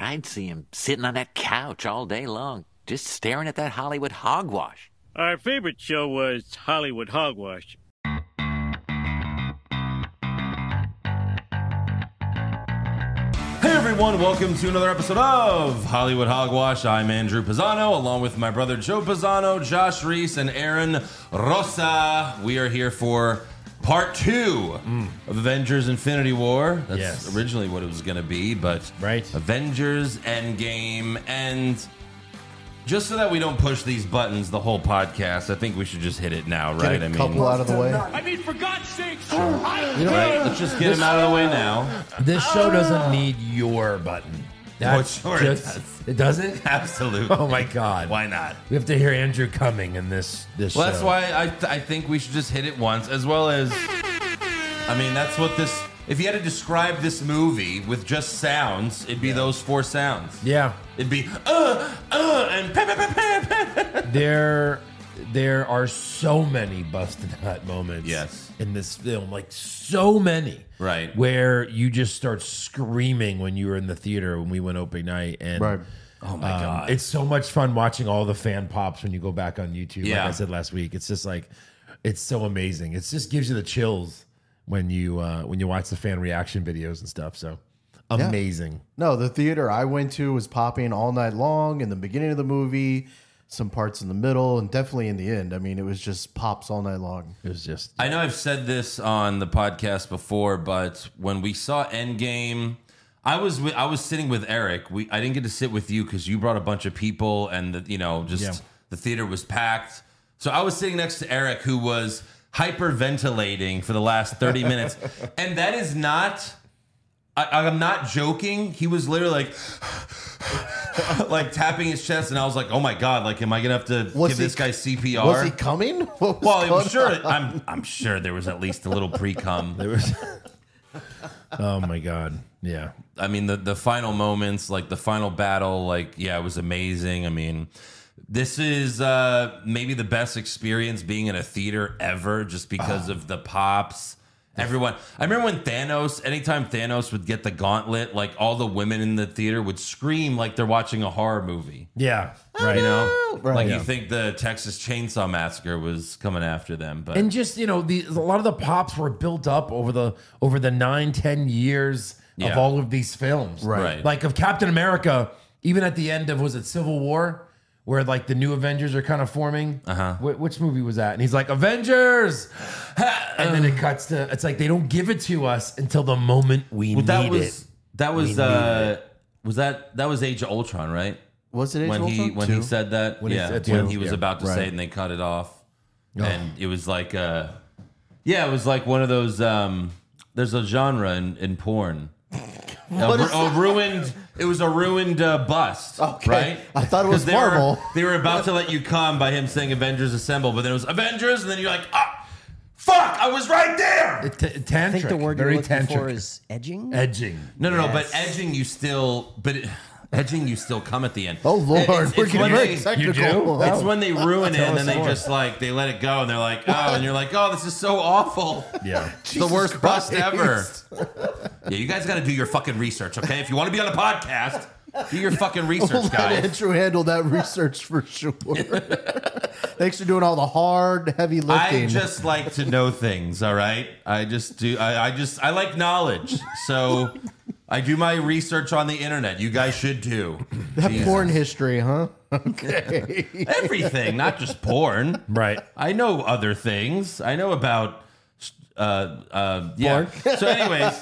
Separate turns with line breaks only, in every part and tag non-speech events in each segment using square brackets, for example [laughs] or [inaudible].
I'd see him sitting on that couch all day long, just staring at that Hollywood hogwash.
Our favorite show was Hollywood Hogwash.
Hey everyone, welcome to another episode of Hollywood Hogwash. I'm Andrew Pisano, along with my brother Joe Pisano, Josh Reese, and Aaron Rosa. We are here for part two of Avengers Infinity War. That's
Mm. Yes.
originally what it was going to be, but
Right.
Avengers Endgame. And just so that we don't push these buttons the whole podcast, I think we should just hit it now,
Get
right?
a
I
couple out of the way.
I mean, for God's sakes,
You know,
Right, let's just get them out of the way
[laughs]
now.
This
Uh,
show doesn't need your button. That's
sure it does. [laughs]
it doesn't.
Absolutely.
Oh my god!
Why not?
We have to hear Andrew coming in this this.
Well, that's
show.
why I, th- I think we should just hit it once, as well as. I mean, that's what this. If you had to describe this movie with just sounds, it'd be those four sounds.
Yeah,
It'd be uh, uh, and pa, pa, pa, pa, pa.
there there are so many busted nut moments.
Yes.
in this film, like so many.
Right.
where you just start screaming when you were in the theater when we went opening night and.
Right.
Oh my
um,
god!
it's so much fun watching all the fan pops when you go back on YouTube.
Yeah.
Like I said last week, it's just like it's so amazing. It just gives you the chills when you uh, when you watch the fan reaction videos and stuff. So amazing.
No, the theater I went to was popping all night long in the beginning of the movie, some parts in the middle, and definitely in the end. I mean, it was just pops all night long.
It was just
I know I've said this on the podcast before, but when we saw Endgame, I was wi- I was sitting with Eric. We I didn't get to sit with you because you brought a bunch of people, and the, you know, just
Yeah.
the theater was packed. So I was sitting next to Eric, who was hyperventilating for the last thirty
[laughs]
minutes, and that is not. I, I'm not joking. He was literally like, [laughs] like tapping his chest, and I was like, "Oh my god! Like, am I gonna have to
Was
give
he-
this guy CPR?"
Was he coming? [laughs] What was
Well, I'm
going
sure.
on?
I'm I'm sure there was at least a little pre cum.
there was. oh my god! Yeah,
I mean, the the final moments, like the final battle, like yeah, it was amazing. I mean, this is uh, maybe the best experience being in a theater ever, just because of the pops. Everyone, I remember when Thanos. Anytime Thanos would get the gauntlet, like all the women in the theater would scream like they're watching a horror movie.
yeah, right.
You know,
Right.
like you
Yeah.
think the Texas Chainsaw Massacre was coming after them, but
And just you know, the, a lot of the pops were built up over the over the nine ten years
Yeah.
of all of these films,
Right.
Like of Captain America, even at the end of was it Civil War, where like the new Avengers are kind of forming. Uh-huh. which movie was that? And he's like Avengers, [sighs] and then it cuts to it's like they don't give it to us until the moment we
Well, that
need
was
it.
that was uh, was that that was Age of Ultron, right?
Was it Age
when
of
he
Ultron?
when
Two.
he said that,
When he
yeah,
said
when
two,
he was
yeah.
about to say it
Right.
and they cut it off, and it was like uh, yeah, it was like one of those um, there's a genre in, in
[laughs]
porn. A, ru- a ruined. It was a ruined uh, bust,
Okay.
right?
I thought it was
'Cause they were-
Marvel.
they were
[laughs]
about to let you come by him saying "Avengers Assemble," but then it was "Avengers," and then you're like, "Ah, fuck! I was right there."
T- tantric,
I think the word you're
very
looking
tantric,
for is edging.
edging.
No, no, no. But
Yes.
edging, you still, but it, [sighs] edging, you still come at the end.
Oh Lord,
It- it's-
we're
it's
getting
when
very
they-
technical.
do?
It's
[laughs]
when they ruin it, and then
us
they
more.
just like they let it go, and they're like, oh, and you're like, oh, this is so awful.
Yeah.
[laughs] It's the worst bust ever.
[laughs]
yeah, you guys got to do your fucking research, okay? If you want to be on a podcast, do your fucking research,
Let
guys.
Andrew handle that research for sure. [laughs] Thanks for doing all the hard, heavy lifting.
I just like to know things, all right? I just do. I, I just I like knowledge, so. I do my research on the internet. You guys should too.
that
Jesus.
porn history, huh? [laughs] Okay.
Everything, not just porn.
Right.
I know other things. I know about. Uh, uh, yeah. [laughs] so, anyways,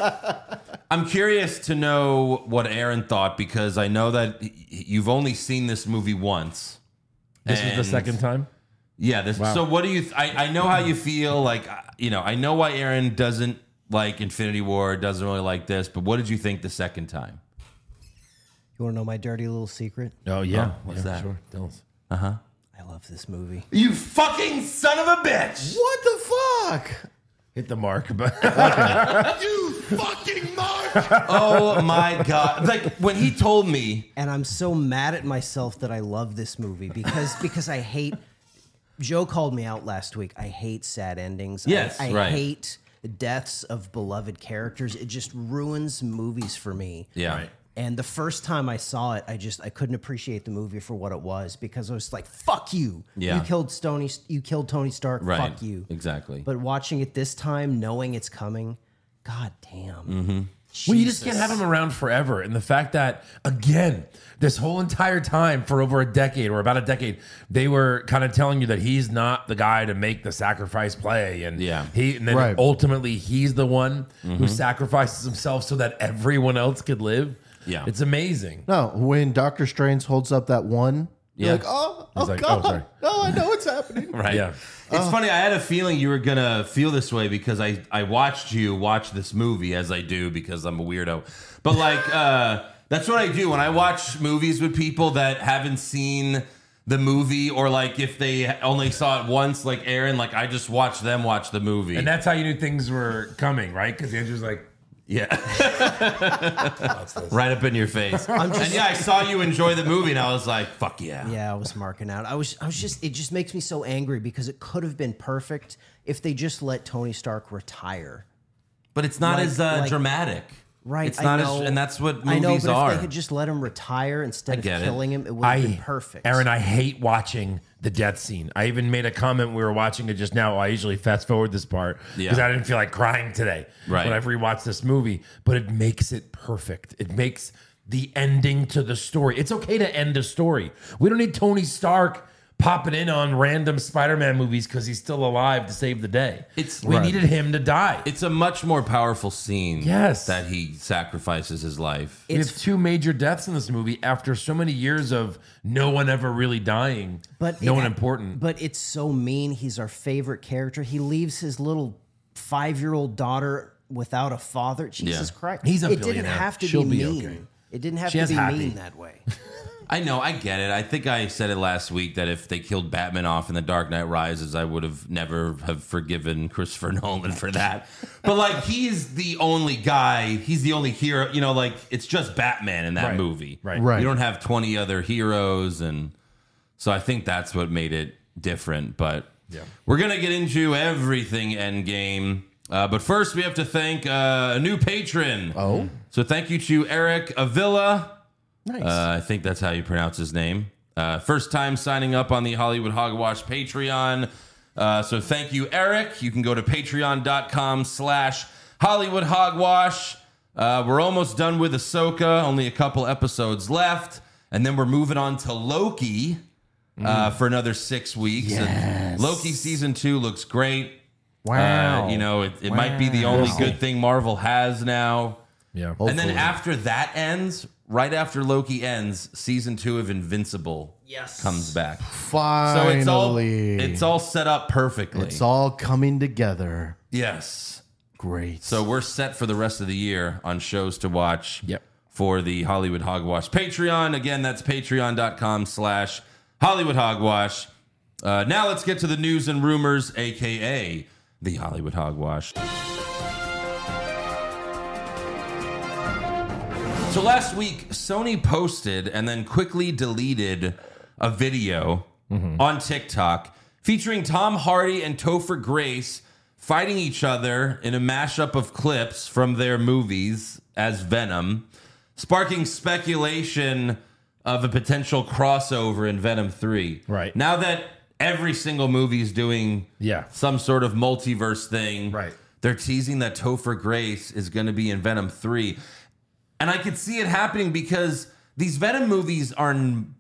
I'm curious to know what Aaron thought because I know that y- you've only seen this movie once.
This is the
And-
second time.
Yeah. This, So, what do you? Th- I I know how you feel. Like uh, you know, I know why Aaron doesn't like Infinity War. Doesn't really like this. But what did you think the second time?
You want to know my dirty little secret?
Oh yeah,
what's
yeah,
that?
Sure. Tell us.
I love this movie.
You fucking son of a bitch!
what the fuck?
Hit the mark, but [laughs]
You fucking Mark! [laughs] oh my god! Like when he told me.
And I'm so mad at myself that I love this movie because
[laughs]
because I hate. Joe called me out last week. I hate sad endings. I-
Yes,
I,
right.
hate deaths of beloved characters. It just ruins movies for me.
Yeah.
And the first time I saw it, I just I couldn't appreciate the movie for what it was because I was like, "Fuck you!
Yeah.
You killed Stony. You killed Tony Stark.
Right.
Fuck you!"
Exactly.
But watching it this time, knowing it's coming, god damn.
Well, you just can't have him around forever. And the fact that, again, this whole entire time for over a decade or about a decade, they were kind of telling you that he's not the guy to make the sacrifice play. And
Yeah. Mm-hmm.
he and then
Right.
ultimately he's the one who sacrifices himself so that everyone else could live.
Yeah.
It's amazing.
No, when Doctor Strange holds up that one,
Yeah.
you're like, oh, oh
like, oh,
god,
sorry.
oh, I know what's happening.
right?
Yeah.
It's funny. I had a feeling you were gonna feel this way because I I watched you watch this movie as I do because I'm a weirdo. But [laughs] like uh, that's what I do when I watch movies with people that haven't seen the movie or like if they only saw it once, like Aaron, like I just watched them watch the movie.
And that's how you knew things were coming, right? Because Andrew's like,
[laughs] yeah, right up in your face. and yeah, I saw you enjoy the movie, and I was like, fuck yeah.
Yeah, I was marking out. I was I was just it just makes me so angry because it could have been perfect if they just let Tony Stark retire.
But it's not
Like-
as uh,
like-
dramatic.
Right.
It's
I
not
know.
as, and that's what movies
I know, but
are.
if they had just let him retire instead of
get it.
killing him, it would have been
I
perfect.
Aaron, I hate watching the death scene. I even made a comment when we were watching it just now. I usually fast forward this part because
Yeah.
I didn't feel like crying today
Right.
when I've rewatched this movie. But it makes it perfect. It makes the ending to the story. It's okay to end a story. We don't need Tony Stark popping in on random Spider-Man movies because he's still alive to save the day.
It's-
we
Right.
needed him to die.
It's a much more powerful scene.
Yes.
That he sacrifices his life.
we have two major deaths in this movie after so many years of no one ever really dying,
But
no
it-
one important.
But it's so mean. He's our favorite character. He leaves his little five year old daughter without a father. Jesus
Yeah.
Christ.
He's a
it didn't
billionaire.
have to
She'll
be,
be
mean.
okay.
It didn't have
She
to
has
be
happy.
mean
[laughs]
that way.
I know, I get it. I think I said it last week that if they killed Batman off in The Dark Knight Rises, I would have never have forgiven Christopher [laughs] Nolan for that. But like he's the only guy, he's the only hero, you know, like it's just Batman in that
Right.
movie.
Right.
Right.
You don't have 20 other heroes and so I think that's what made it different, but yeah. We're going to get into everything Endgame. Uh, but first, we have to thank uh, a new patron.
Oh,
So thank you to Eric Avila.
nice.
Uh, I think that's how you pronounce his name. Uh, first time signing up on the Hollywood Hogwash Patreon. Uh, so thank you, Eric. You can go to patreon.com slash Hollywood Hogwash. Uh, we're almost done with Ahsoka, only a couple episodes left. And then we're moving on to Loki uh, for another six weeks. And Loki season two looks great.
wow.
Uh, you know, it, it might be the only good thing Marvel has now.
yeah.
And then after that ends, right after Loki ends, season two of Invincible
Yes.
comes back. So
finally,
it's all it's all set up perfectly.
it's all coming together.
yes.
Great.
So we're set for the rest of the year on shows to watch
Yep.
for the Hollywood Hogwash Patreon. Again, that's patreon.com slash Hollywood Hogwash. Uh, now let's get to the news and rumors, aka the Hollywood Hogwash. So last week, Sony posted and then quickly deleted a video
Mm-hmm.
on TikTok featuring Tom Hardy and Topher Grace fighting each other in a mashup of clips from their movies as Venom, sparking speculation of a potential crossover in Venom 3.
Right.
Now that every single movie is doing
Yeah.
some sort of multiverse thing.
Right.
They're teasing that Topher Grace is going to be in Venom 3. And I could see it happening because these Venom movies are n-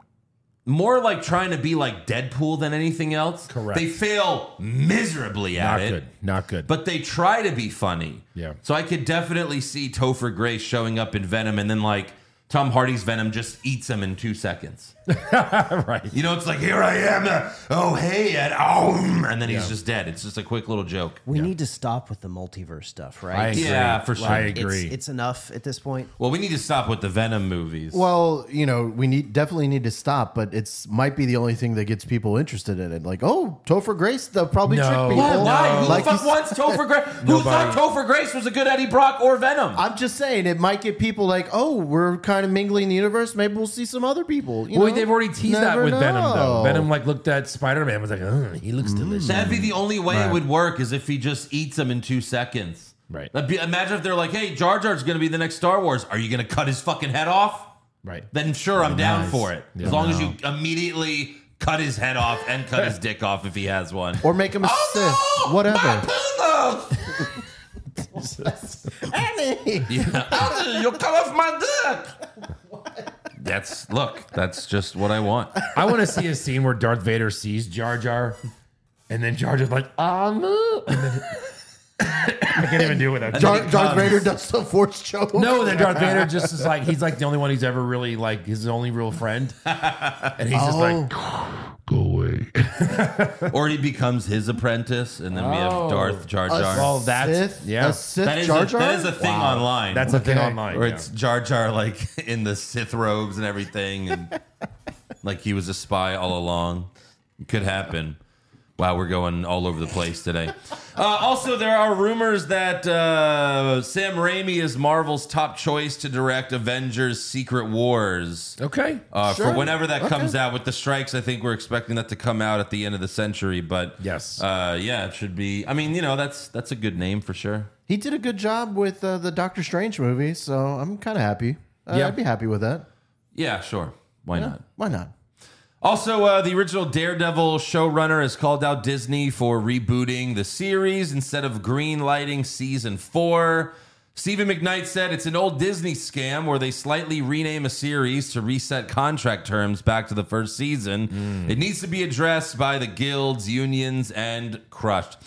more like trying to be like Deadpool than anything else.
Correct.
They fail miserably at
Not
it.
good. Not good.
But they try to be funny.
Yeah.
So I could definitely see Topher Grace showing up in Venom and then like Tom Hardy's Venom just eats him in two seconds.
[laughs] right.
You know, it's like, here I am. uh, oh, hey. And, oh, and then he's just dead. It's just a quick little joke.
We need to stop with the multiverse stuff,
I
right?
agree.
Yeah, for sure.
I
It's-
agree.
It's, enough at this point.
Well, we need to stop with the Venom movies.
well, you know, we need definitely need to stop, but it's might be the only thing that gets people interested in it. Like, oh, Topher Grace, they'll probably
No.
trick people.
yeah, why? Who
Like
the
you
fuck wants Topher Grace? Who thought
Nobody.
Topher Grace was a good Eddie Brock or Venom?
I'm just saying it might get people like, oh, we're kind of mingling the universe. Maybe we'll see some other people. You
Well,
know?
they've already teased that
Never
with Venom though.
know. Mm.
Venom like looked at Spider Man was like, "Ugh, he looks delicious.
That'd be the only way it would work is if he just eats him in two seconds.
Right.
That'd be- imagine if they're like, "Hey, Jar Jar's going to be the next Star Wars. Are you going to cut his fucking head off?"
Right.
Then sure, I'm down
nice.
for it. As long as you immediately cut his head off and cut his dick off if he has one.
Or make him a
Oh,
Sith.
no! My
Whatever.
penis!
[laughs]
Yeah. Alden, you cut off my dick. That's look. That's just what I
[laughs]
want.
[laughs] I want to see a scene where Darth Vader sees Jar Jar, and then Jar Jar's like, "Ah, no!" And then [coughs] I can't even do it without Jar.
Darth, Darth Vader does the Force choke.
No, then Darth Vader just is like he's like the only one he's ever really like his only real friend, and he's just like,
Oh.
"Go away."
Or he becomes his apprentice, and then we have Darth Jar Jar.
Oh, that's-
Sith,
yeah.
A Sith
that is
Jar
a,
Jar.
that is a thing online.
That's a thing
Okay.
online.
Or
yeah.
it's Jar Jar like [laughs] in the Sith robes and everything,
[laughs]
and like he was a spy all along. It could happen. Wow, we're going all over the place today. Uh, also, there are rumors that uh, Sam Raimi is Marvel's top choice to direct Avengers: Secret Wars.
okay.
Uh, For whenever that comes out, with the strikes, I think we're expecting that to come out at the end of the century. But
Yes.
uh, yeah, it should be. I mean, you know, that's that's a good name for sure.
He did a good job with uh, the Doctor Strange movie, so I'm kind of happy. Uh,
Yeah.
I'd be happy with that.
Yeah, sure. Why not?
Why not?
Also, uh, the original Daredevil showrunner has called out Disney for rebooting the series instead of greenlighting season four. Stephen McKnight said it's an old Disney scam where they slightly rename a series to reset contract terms back to the first season. It needs to be addressed by the guilds, unions, and crushed.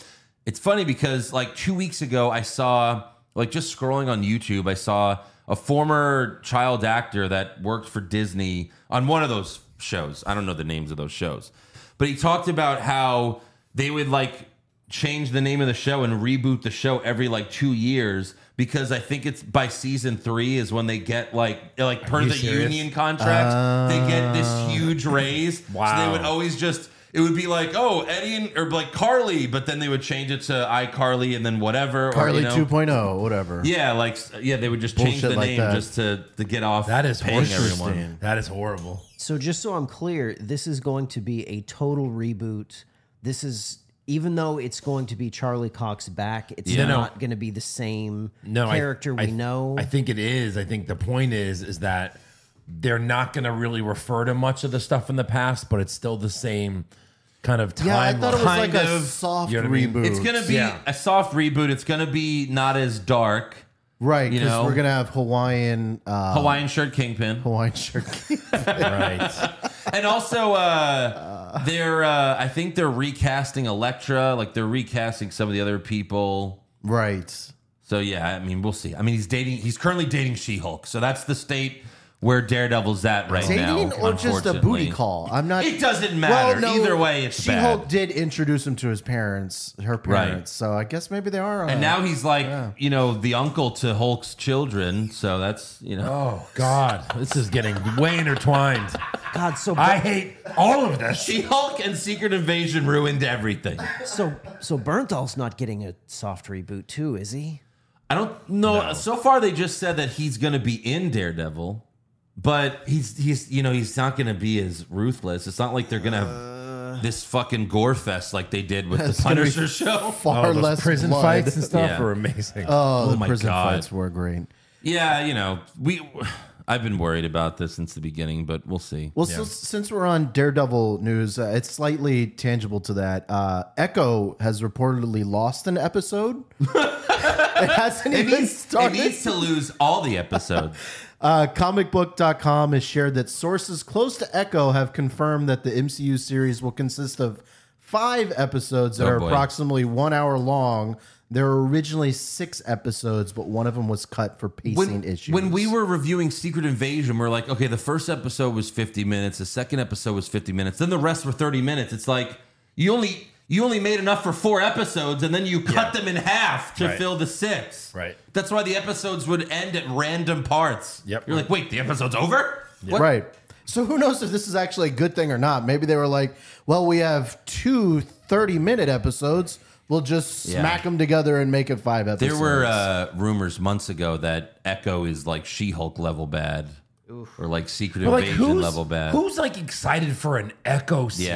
It's funny because like two weeks ago, I saw like just scrolling on YouTube, I saw a former child actor that worked for Disney on one of those shows. I don't know the names of those shows, but he talked about how they would like change the name of the show and reboot the show every like two years because I think it's by season three is when they get like like per the
serious?
union contract they get
Ah.
this huge
[laughs]
raise. So they
Wow.
would always just it would be like oh Eddie and or like Carly, but then they would change it to iCarly and then whatever or,
Carly
you know,
2.0 oh, whatever.
yeah, like yeah, they would just change
Bullshit
the
like
name
that.
just to to get off.
that is
paying
horrible.
everyone.
That is horrible.
So just so I'm clear, this is going to be a total reboot. This is even though it's going to be Charlie Cox back, it's
No, no.
not going to be the same
no I-
character
I,
we know.
I think it is. I think the point is is that they're not going to really refer to much of the stuff in the past, but it's still the same kind of timeline.
Yeah, I thought it was like
Kind
a
of.
soft
You know what I mean?
reboot.
It's gonna be
Yeah.
a soft reboot. It's gonna be not as dark.
right.
you
Because
know.
we're gonna have Hawaiian uh, [laughs]
Hawaiian shirt kingpin,
Hawaiian shirt. [laughs]
right.
and also uh, they're uh, I think they're recasting Elektra. Like they're recasting some of the other people.
right.
So yeah, I mean we'll see. I mean he's dating. He's currently dating She Hulk. So that's the state where Daredevil's at right now.
Dating or just a
unfortunately.
booty call? I'm not.
It doesn't matter. Either way, it's
She
bad.
Hulk did introduce him to his parents, her parents. So I guess maybe they are.
And
uh,
now he's like, you know, the uncle to Hulk's children. So that's, you know.
Oh God, this is getting way intertwined.
God, so
I hate all of this.
She Hulk and Secret Invasion ruined everything.
so so Bernthal's not getting a soft reboot too, is he?
I don't know. So far, they just said that he's going to be in Daredevil, but he's he's you know he's not going to be as ruthless. It's not like they're going to have this fucking gore fest like they did with the
Uh. gonna be
Punisher show.
far
Oh, those
less
prison
blood.
fights and stuff
Yeah.
are amazing.
[laughs] Oh,
Oh
the
my
prison
God.
fights were great.
Yeah, you know we. I've been worried about this since the beginning, but we'll see.
Well, so, since we're on Daredevil news, uh, it's slightly tangible to that. Uh, Echo has reportedly lost an episode. [laughs] it hasn't
It
even
needs, it
started.
needs to lose all the episodes.
Uh, comicbook.com has shared that sources close to Echo have confirmed that the MCU series will consist of five episodes that
Oh,
are
boy.
approximately one hour long. There were originally six episodes, but one of them was cut for pacing
when,
issues.
when we were reviewing Secret Invasion, we are like, okay, the first episode was 50 minutes, the second episode was 50 minutes, then the rest were 30 minutes. It's like you only you only made enough for four episodes, and then you cut them in half to
Right.
fill the six.
Right.
That's why the episodes would end at random parts.
Yep.
You're like, wait, the episode's over? What?
Right. So who knows if this is actually a good thing or not? Maybe they were like, well, we have two 30 minute episodes. We'll just
Yeah.
smack them together and make it five episodes.
There were uh, rumors months ago that Echo is like She-Hulk level bad, or like Secret
But, like
Invasion
who's
level bad.
who's like excited for an Echo series?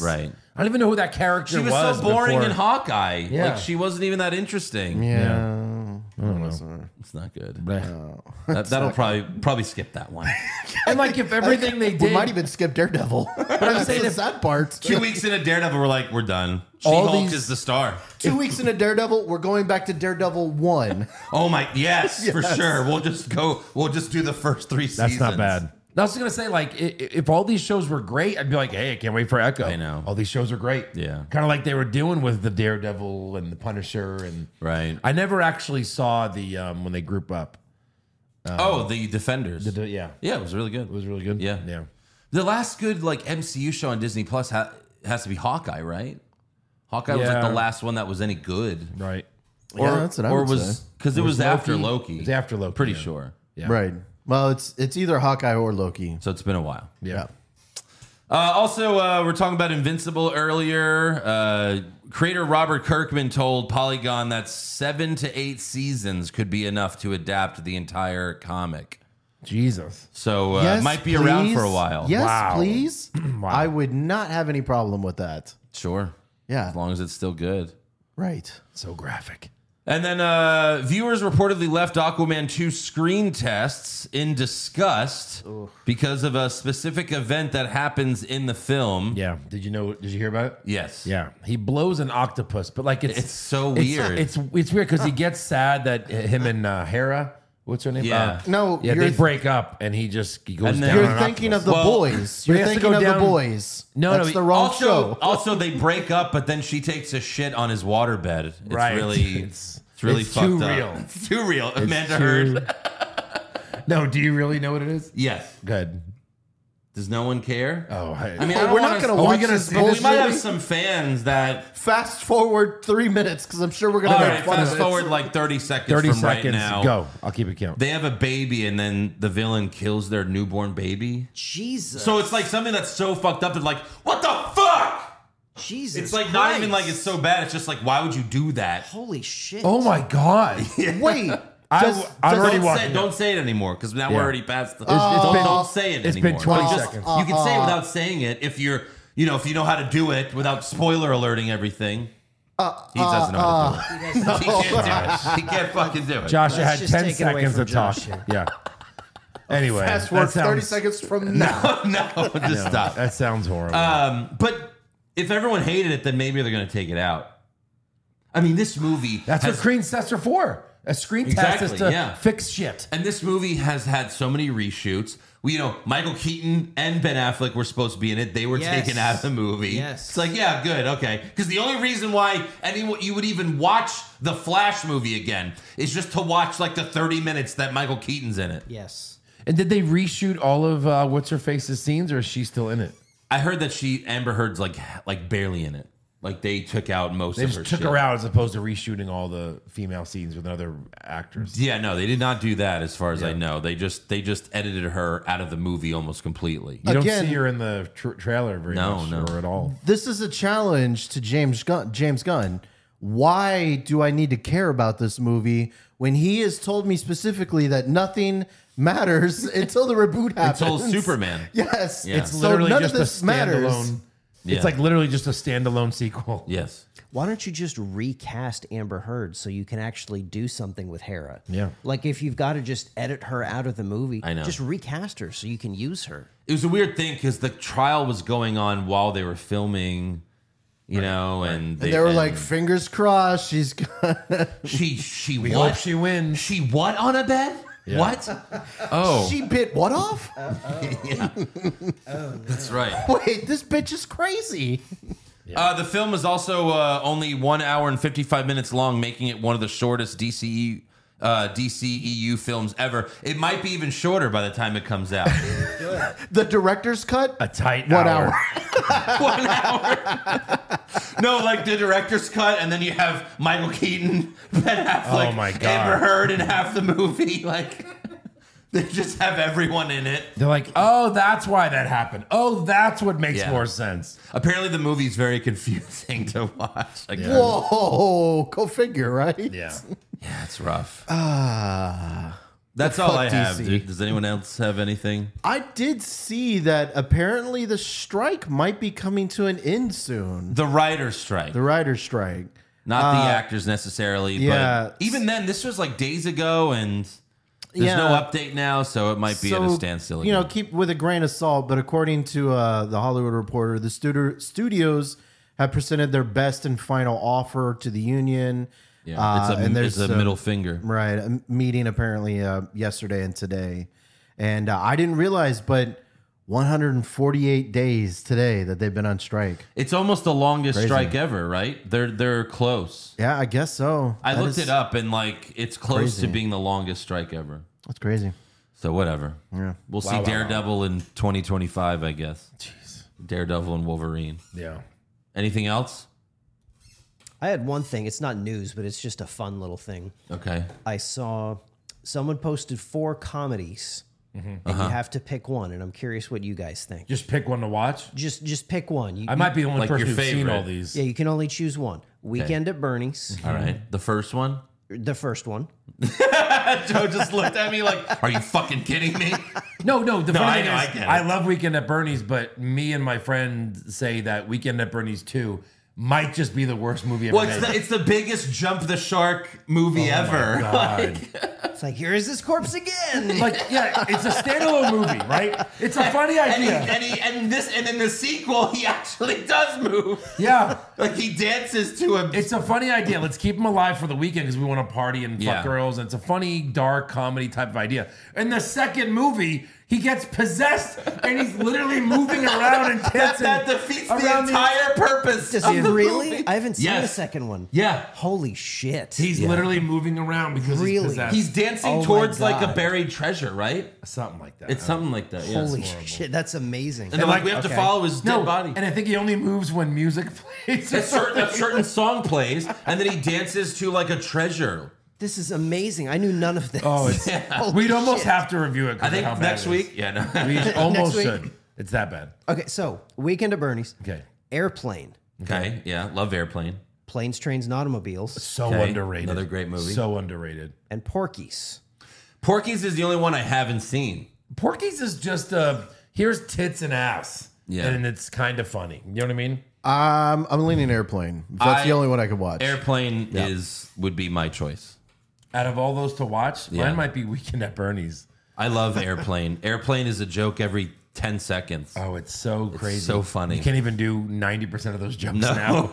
Yeah, right.
I don't even know who that character
she was, so boring in Hawkeye.
Yeah.
Like she wasn't even that interesting.
yeah. sorry.
It's not good.
[laughs]
That, that'll probably probably skip that one.
And like if everything they
We
did,
might even skip Daredevil. but I'm saying the sad part.
Two weeks in a Daredevil, we're like, we're done. She
All
Hulk
these-
is the star.
Two weeks into Daredevil, we're going back to Daredevil [laughs] one.
Oh my, yes, for sure. We'll just go. We'll just do the first three
that's
seasons.
not bad. I was gonna say like i- i- if all these shows were great, I'd be like, hey, I can't wait for Echo. I
know.
all these shows are great.
Yeah.
kind of like they were doing with the Daredevil and the Punisher and
Right.
I never actually saw the um, when they group up.
oh, the Defenders.
The- yeah,
yeah, it was really good.
it was really good.
Yeah.
yeah.
The last good like MCU show on Disney Plus ha- has to be Hawkeye, right? Hawkeye was like
Yeah.
the last one that was any good,
Right.
or
that's what I
or
would
was
say.
because it was, after Loki.
It was after Loki,
pretty
yeah.
sure.
Right. Well, it's it's either Hawkeye or Loki.
So it's been a while.
Yeah.
Uh, also, uh, we're talking about Invincible earlier. Uh, creator Robert Kirkman told Polygon that seven to eight seasons could be enough to adapt the entire comic.
Jesus.
So uh,
Yes,
might be around
please.
for a while.
Yes,
Wow.
[clears throat] please. I would not have any problem with that.
sure.
Yeah.
As long as it's still good.
Right.
So graphic.
And then uh, viewers reportedly left Aquaman 2 screen tests in disgust because of a specific event that happens in the film.
Yeah. Did you know? Did you hear about it?
Yes.
Yeah. He blows an octopus, but like it's
It's so
it's- uh,
weird.
It's it's, weird because he gets sad that him and uh, Hera, what's her name?
Yeah.
Uh,
No,
Yeah,
you're-
they break up, and he just he goes
And then-
down.
You're
an
thinking of
octopus.
the
Well,
boys. You're
he has to
thinking
go
of
down-
the boys.
No, no,
that's
he-
the wrong
also,
show.
also they break up, but then she takes a shit on his waterbed. It's
Right.
really, it's,
It's-
really
it's
fucked
too
up.
real.
It's [laughs] too real. Amanda
Two-
Heard. [laughs]
no, do you really know what it is?
Yes.
Good.
Does no one care?
Oh, I,
I mean,
Oh,
I don't
we're not
wanna-
gonna
Are we
watch
gonna
this
see- but We
bullshit
might have
movie?
some fans that.
Fast forward three minutes because I'm sure we're gonna
All
make
right,
fun
fast
of it.
forward like thirty seconds.
thirty
from
seconds.
right now.
Go. I'll keep it count.
They have a baby, and then the villain kills their newborn baby.
Jesus.
So it's like something that's so fucked up. That like, what the fuck?
Jesus.
It's like not even
Christ.
like it's so bad. It's just like, why would you do that?
Holy shit.
oh
[laughs]
my god!
Wait.
[laughs] I,
Just-
I'm
just-
already
don't say,
watching.
don't say it anymore because now we're
Yeah.
already past the.
it's
don't,
been-
don't say it
it's been
anymore.
20
But
seconds. Uh-uh.
You can say it without saying it if you're, you know, if you know how to do it without spoiler alerting everything.
Uh,
he doesn't know how to do it. [laughs] he can't
[laughs]
do it. He can't fucking do it.
Josh, you had
Let's just
ten
take it away
seconds
from
to talk.
Josh here.
Yeah. Anyway,
Fast
that
forward thirty
sounds-
seconds from now.
[laughs] no, just stop.
That sounds horrible.
Um, but if everyone hated it, then maybe they're going to take it out. I mean, this movie.
That's
has,
what screen tests are for. A screen test
Exactly,
is to
yeah.
fix shit.
And this movie has had so many reshoots. We, you know, Michael Keaton and Ben Affleck were supposed to be in it. They were
Yes.
taken out of the movie.
Yes.
It's like, yeah, good, okay. Because the only reason why anyone you would even watch the Flash movie again is just to watch like the 30 minutes that Michael Keaton's in it.
Yes.
And did they reshoot all of uh, what's her face's scenes, or is she still in it?
I heard that she Amber Heard's like like barely in it. Like they took out most
They
of
just
her
took
shit.
her out as opposed to reshooting all the female scenes with another actress.
Yeah, no, they did not do that as far as I know. They just they just edited her out of the movie almost completely.
You
Again-
don't see her in the tr- trailer very
No,
much
no.
or at all.
This is a challenge to James Gunn. James Gunn. Why do I need to care about this movie when he has told me specifically that nothing
[laughs]
matters until the reboot happens?
Until Superman.
[laughs] Yes,
Yeah.
it's
It's
so
Literally
none
just
of
a
this matters.
standalone.
Yeah.
It's like literally just a standalone sequel.
Yes.
Why don't you just recast Amber Heard so you can actually do something with Hera?
Yeah.
Like if you've got to just edit her out of the movie,
I know.
Just recast her so you can use her.
it was a weird thing because the trial was going on while they were filming, you know, and they,
They were
and
like, fingers crossed, she's gonna
"She, she
We
what? [laughs]
hope
She,
she wins.
what on a bed? What? Oh,
she bit what off?
that's right."
Wait, this bitch is crazy.
Uh, the film is also uh, only one hour and 55 minutes long, making it one of the shortest DCE, uh, DCEU films ever. It might be even shorter by the time it comes out.
The director's cut,
A tight
one
hour.
hour.
one hour. no, like the director's cut, and then you have Michael Keaton, Ben Affleck,
Oh my God.
Amber Heard in half the movie. Like [laughs] they just have everyone in it.
They're like, oh, that's why that happened. Oh, that's what makes
Yeah.
more sense.
Apparently, the movie's very confusing to watch. Like, whoa,
Whoa, go figure, right? Ah.
Yeah.
that's rough. Ah, that's all
fuck
I have.
DC.
Dude. Does anyone else have anything?
I did see that apparently the strike might be coming to an end soon.
The writer's strike.
The writer's strike.
Not the actors necessarily,
uh, yeah.
but even then, this was like days ago, and there's no
Yeah.
update now, so it might be at a standstill.
You know,
again.
keep with a grain of salt, but according to uh, the Hollywood Reporter, the studio, studios have presented their best and final offer to the union.
yeah, it's
Uh,
a,
and
it's
there's
a middle finger.
right a meeting apparently uh, yesterday and today, and uh, I didn't realize, but 148 days today that they've been on strike.
It's almost the longest strike ever, right? They're they're close.
Yeah, I guess so.
I
That
looked
is-
it up, and like it's close
crazy.
to being the longest strike ever.
That's crazy.
So whatever. Yeah, we'll see Daredevil in 2025, I guess.
Jeez.
Daredevil and Wolverine.
Yeah.
Anything else?
I had one thing. It's not news, but it's just a fun little thing.
Okay.
I saw someone posted four comedies, and you
Uh-huh.
have to pick one. And I'm curious what you guys think.
Just pick one to watch.
Just just pick one. You,
I might be the only
Like
person
your
who's seen
favorite.
all these.
yeah, you can only choose one. Weekend
[laughs]
at Bernie's,
All
Mm-hmm.
right. The first one.
[laughs]
the first one.
Joe just looked at me like, [laughs] "Are you fucking kidding
[laughs]
me?"
No, no. The
No, I
funny
know, I
thing
get
is,
it.
I, love Weekend at Bernie's, but me and my friend say that Weekend at Bernie's two might just be the worst movie ever
Well,
made.
it's the, it's the biggest jump the shark movie ever.
Oh God.
It's like here is this corpse
[laughs]
again.
like, yeah, it's a standalone movie, right? It's a funny
And, he, [laughs]
idea.
and, he, and this and in the sequel, he actually does move.
Yeah,
Like he dances to a.
it's a funny idea. Let's keep him alive for the weekend because we want to party and fuck
Yeah.
girls. And it's a funny, dark comedy type of idea. In the second movie, he gets possessed and he's literally moving around
[laughs]
and
that,
dancing.
that defeats the
around the-
entire purpose.
Does
of
it
the
really?
movie.
I haven't seen the
Yes.
second one.
Yeah.
Holy shit.
He's literally moving around because he's
Really?
possessed.
He's dancing
Oh my
towards like a
God.
buried treasure, right?
something like that.
It's something like that. Yeah.
Holy shit. That's amazing.
And they're like, we have to
okay.
follow his dead
no,
body. [laughs]
And I think he only moves when music [laughs] plays.
a certain, a certain song plays, and then he dances to like a treasure.
This is amazing. I knew none of this.
Oh, it's,
[laughs] Holy
we'd almost
shit.
have to review it. 'cause
I
of
think
how bad
next
it is.
week. Yeah, no. [laughs]
we almost
week.
should. It's that bad.
Okay, so Weekend at Bernie's,
Okay,
Airplane,
okay, yeah, love airplane.
Planes, Trains, and Automobiles,
so
Okay,
underrated.
another great movie.
So underrated.
and Porky's.
Porky's is the only one I haven't seen.
Porky's is just a here's tits and ass.
Yeah.
and it's kind of funny. You know what I mean?
Um, I'm leaning airplane. If That's
I-
the only one I could watch.
Airplane is would be my choice.
Out of all those to watch,
Yeah.
mine might be Weekend at Bernie's.
I love airplane. airplane is a joke every ten seconds.
Oh, it's so crazy,
so funny.
You can't even do ninety percent of those jumps now.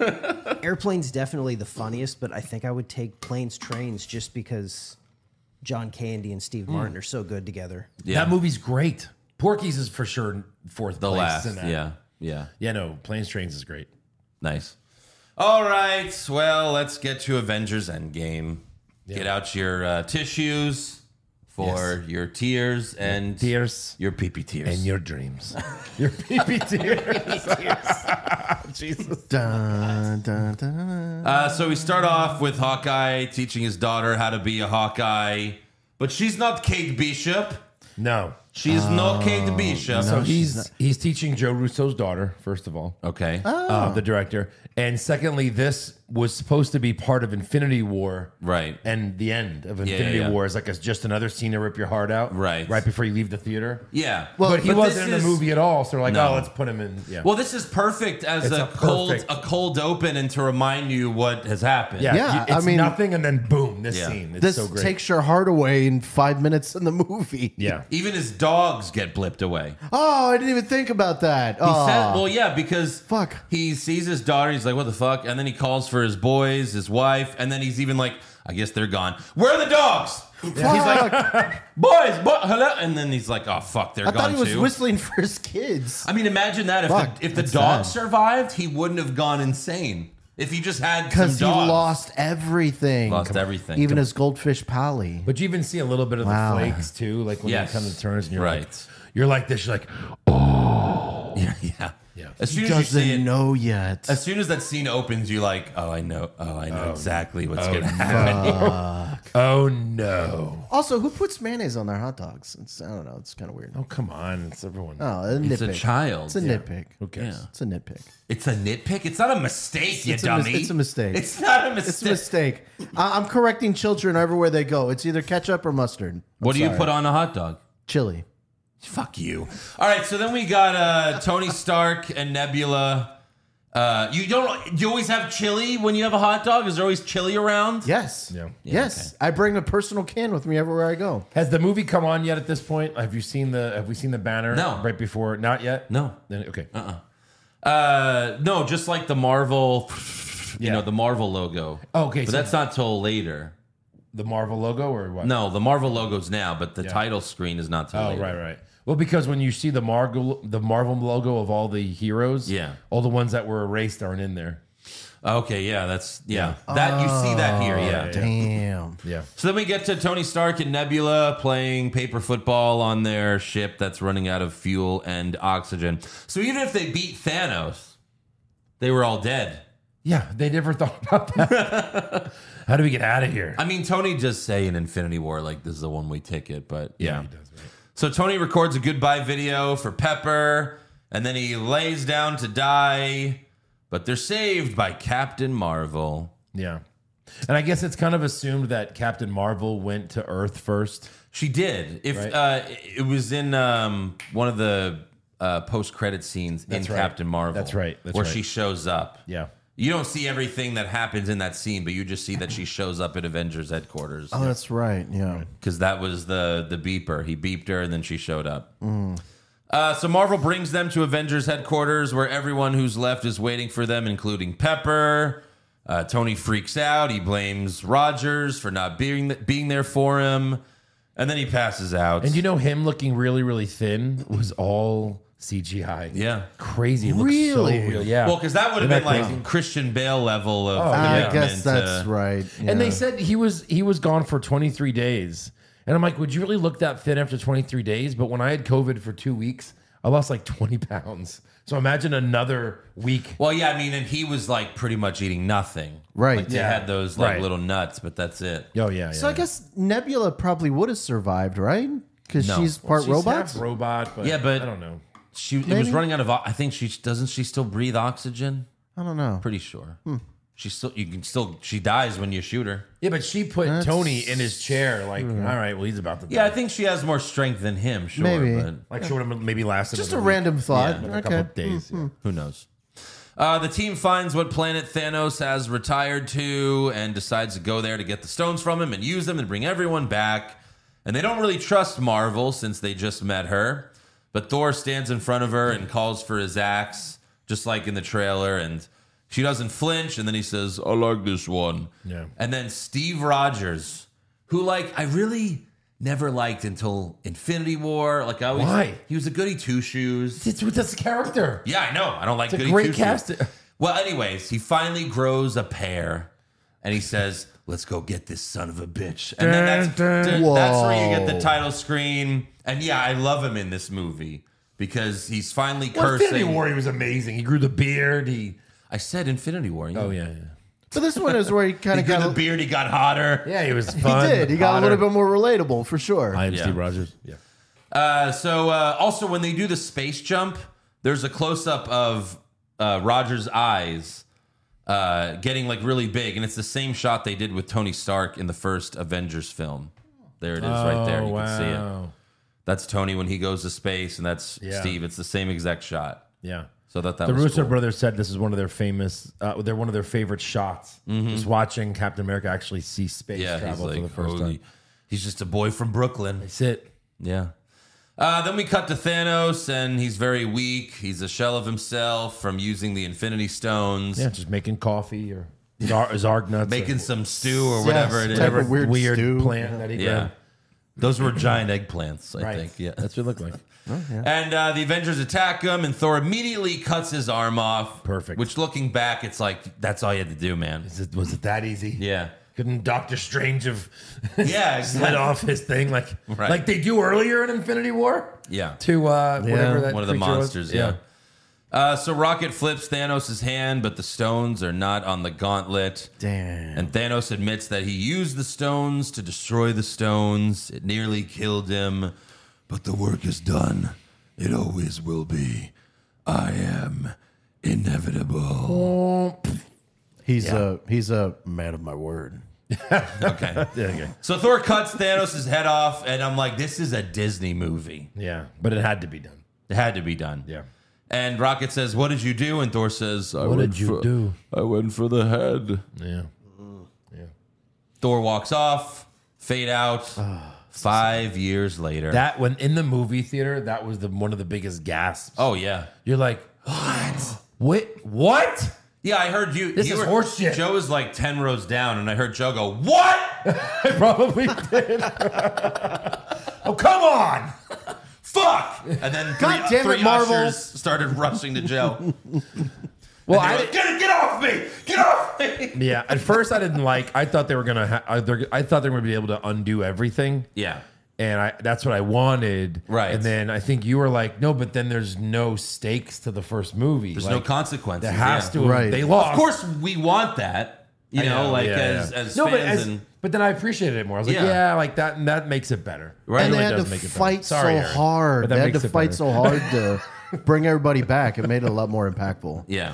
Airplane's definitely the funniest, but I think I would take Planes, Trains just because John Candy and Steve Martin are so good together.
[laughs] Yeah.
That movie's great. Porky's is for sure fourth
the
place.
last,
in that.
yeah, yeah,
yeah. No, Planes, Trains is great.
nice. All right, well, let's get to Avengers Endgame. Get out your uh, tissues for your tears and
Tears
your pee pee tears.
in your dreams.
[laughs]
your pee tears.
[laughs] Dun, dun, dun, dun.
Uh, so we start off with Hawkeye teaching his daughter how to be a Hawkeye, but she's not Kate Bishop.
No.
She's
Oh,
not Kate Bishop.
So he's he's teaching Joe Russo's daughter, first of all,
okay,
uh, the director, and secondly, this was supposed to be part of Infinity War,
right.
And the end of Infinity
yeah.
War is like it's just another scene to rip your heart out,
Right.
Right before you leave the theater.
Yeah.
but he
this
wasn't in
is-
the movie at all, so they're like,
No.
oh, let's put him in. Yeah,
Well, this is perfect as
It's
a,
a
cold
perfect-
a cold open and to remind you what has happened.
yeah,
yeah,
you-
I
it's
mean-
nothing, and then boom, this
Yeah.
scene. It's
This
so great.
takes your heart away in five minutes in the movie.
yeah,
Even his dogs get blipped away.
[laughs] Oh, I didn't even think about that.
He
Oh,
said, well, yeah, because
Fuck.
he sees his daughter. He's like, what the fuck? And then he calls for his boys, his wife, and then he's even like, I guess they're gone. Where are the dogs? He's like, boys, bo- hello. And then he's like, oh fuck, they're
I
gone
thought he was
too.
whistling for his kids.
I mean, imagine that if
Fuck,
the, if the
that's
dog
sad.
survived, he wouldn't have gone insane. If he just had some
Because
dogs,
he lost everything.
Lost everything.
Even his goldfish Polly.
but you even see a little bit of
Wow.
the flakes too, like when
Yes.
he comes to turns, and you're like,
Right.
you're like this, you're like,
[laughs] yeah, yeah, As soon
He
as you see it,
doesn't know yet.
as soon as that scene opens, you're like, oh, I know, oh, I know exactly what's gonna happen.
oh no.
Also, who puts mayonnaise on their hot dogs? It's, I don't know. It's kind of weird.
Oh come on, it's everyone.
Oh, a nitpick.
It's a child.
It's a nitpick.
Who cares?
It's a nitpick.
It's a nitpick. It's not a mistake, you
it's a mis-
dummy.
it's a mistake.
It's not a
It's a
mistake.
mistake. I- I'm correcting children everywhere they go. It's either ketchup or mustard. I'm
what do you
sorry.
put on a hot dog?
Chili.
Fuck you. All right, so then we got uh, Tony Stark and Nebula Uh, you don't. Do you always have chili when you have a hot dog? Is there always chili around?
Yes.
Yeah.
yes. I bring a personal can with me everywhere I go.
Has the movie come on yet at this point? Have you seen the Have we seen the banner?
No.
Right before? Not yet.
No. Uh-uh.
Then okay.
Uh, no, just like the Marvel, you
Yeah.
know, the Marvel logo.
Oh, okay,
but
so-
that's not till later.
The Marvel logo or what?
No, the Marvel logo's now, but the title screen is not till
Oh
later.
right right. Well, because when you see the Marvel the Marvel logo of all the heroes,
Yeah.
all the ones that were erased aren't in there.
Okay, yeah, that's yeah. That you see that here, yeah.
Oh, Damn.
Yeah.
So then we get to Tony Stark and Nebula playing paper football on their ship that's running out of fuel and oxygen. So even if they beat Thanos, they were all dead.
Yeah. They never [laughs] thought about that.
[laughs]
How do we get out of here?
I mean, Tony does say in Infinity War, like, this is a one way ticket, but yeah. So Tony records a goodbye video for Pepper, and then he lays down to die, but they're saved by Captain Marvel.
Yeah. And I guess it's kind of assumed that Captain Marvel went to Earth first.
She did. If
Right.
uh, it was in um, one of the uh, post-credit scenes
That's
in
right.
Captain Marvel.
That's right. That's
where
right.
she shows up.
Yeah.
You don't see everything that happens in that scene, but you just see that she shows up at Avengers headquarters
Oh, that's right. Yeah.
because that was the the beeper. He beeped her, and then she showed up. Uh, so Marvel brings them to Avengers headquarters, where everyone who's left is waiting for them, including Pepper. Uh, Tony freaks out. He blames Rogers for not being being there for him, and then he passes out.
And you know him looking really, really thin was all CGI.
yeah.
Crazy. It looks
Really?
so real. Yeah.
Well, because that would have
The
been like
background.
Christian Bale level of.
Oh, I
commitment
guess
to-
that's right. yeah.
And they said he was he was gone for 23 days. And I'm like, would you really look that thin after 23 days? But when I had COVID for two weeks, I lost like 20 pounds. So imagine another week.
Well, yeah, I mean, and he was like pretty much eating nothing.
Right.
Like, they
Yeah.
had those like
Right.
little nuts, but that's it.
Oh yeah.
So I guess Nebula probably would have survived, right? Because
No.
she's part robot.
robot, but
Yeah, but-
I don't know.
She it was running out of. o- I think she doesn't. She still breathe oxygen.
I don't know.
Pretty sure.
Hmm.
She still. You can still. She dies when you shoot her.
Yeah, but she put Tony in his chair. Like,
Hmm.
all right, well, he's about to.
Yeah, I
die.
think she has more strength than him. Sure,
Maybe.
but
like she would have maybe lasted
Just a
another week,
random thought.
like a couple
okay. Hmm,
of days. yeah.
who knows? Uh, the team finds what planet Thanos has retired to and decides to go there to get the stones from him and use them and bring everyone back. And they don't really trust Marvel since they just met her. But Thor stands in front of her and calls for his axe, just like in the trailer. And she doesn't flinch. And then he says, I like this one.
Yeah.
And then Steve Rogers, who, like, I really never liked until Infinity War. Like, I always.
Why?
He was a goody two shoes.
It's with this character.
Yeah, I know. I don't like
It's a
goody
great
two-shoes.
cast. [laughs]
Well, anyways, he finally grows a pair, and he says, "Let's go get this son of a bitch." And then that's
Dun, dun.
dun, that's where you get the
Whoa.
title screen. And yeah, I love him in this movie because he's finally
Well, Infinity
cursing.
War, he was amazing. He grew the beard. He.
I said Infinity War. Yeah.
Oh yeah, yeah.
So this one is where he kind
He
of
grew
got.
the
A,
beard. He got hotter.
Yeah, he was fun.
he did. He got a little bit more relatable for sure.
I am
Yeah.
Steve Rogers. Yeah.
Uh, so uh, also when they do the space jump, there's a close up of uh, Roger's eyes uh, getting like really big, and it's the same shot they did with Tony Stark in the first Avengers film. There it is, right there.
Oh,
You can see it. That's Tony when he goes to space, and that's
Yeah.
Steve. It's the same exact shot.
Yeah.
So I thought that
The
was
Russo
cool.
brothers said this is one of their famous. Uh, they're one of their favorite shots. Just watching Captain America actually see space
Yeah, he's
travel
like
for the first
"Holy-
time.
He's just a boy from Brooklyn.
That's it.
Yeah. Uh, then we cut to Thanos, and he's very weak. He's a shell of himself from using the Infinity Stones.
Yeah, just making coffee [laughs] or Zar- Zarg nuts. or
making some stew or whatever it is.
type of weird,
weird
stew.
plant that he
yeah.
grabbed.
Those were giant eggplants, I
Right. Oh,
think. Yeah.
That's what it looked like.
And uh, the Avengers attack him, and Thor immediately cuts his arm off.
Perfect.
Which, looking back, it's like that's all you had to do, man.
[laughs] Is it, was it that easy?
Yeah.
Couldn't Doctor Strange have [laughs]
Yeah,
slid off his thing like
Right.
like they do earlier in Infinity War?
Yeah.
To uh, whatever that
One of the
creature was.
monsters. Yeah. Uh, so Rocket flips Thanos' hand, but the stones are not on the gauntlet.
Damn.
And Thanos admits that he used the stones to destroy the stones. It nearly killed him, but the work is done. It always will be. I am inevitable.
He's a he's a man of my word.
[laughs]
Okay. So Thor cuts Thanos' head off, and I'm like, this is a Disney movie.
Yeah. But it had to be done.
It had to be done.
Yeah.
And Rocket says, "What did you do?" And Thor says, I
What
went
did you
for-
do?
I went for the head."
Yeah.
Mm. Thor walks off. Fade out. Five years later.
Ah. That when in the movie theater, that was the one of the biggest gasps.
oh yeah.
You're like, what? What? What? [laughs]
Yeah, I heard you.
This
you
is
were-
horse shit.
Joe was like ten rows down, and I heard Joe go, "What?
I probably did. [laughs] oh come on!
Fuck!" And
[laughs]
then three,
God damn it,
three
Marvel.
ushers started rushing to Joe.
Well,
They were
[laughs] I
like, get, get off me! Get off
[laughs]
me!
yeah. At first, I didn't like. I thought they were gonna. Ha- I, they're- I thought they were gonna be able to undo everything.
Yeah.
and I that's what I wanted.
Right.
And then I think you were like, no, but then there's no stakes to the first movie.
There's
like,
no consequences.
There has
yeah.
to. have-
Right.
They lost.
Of course, we want that. You
I
know, like
yeah,
as
yeah.
as
no,
fans
but as-
and
but then I appreciated it more. I was like,
Yeah.
yeah, like that, and that makes it better. Right.
and they
really
had to
does make it better.
fight
Sorry,
so
Aaron, but that
hard. They had to
makes it
fight
better.
so hard
[laughs]
to bring everybody back. It made it a lot more impactful.
yeah.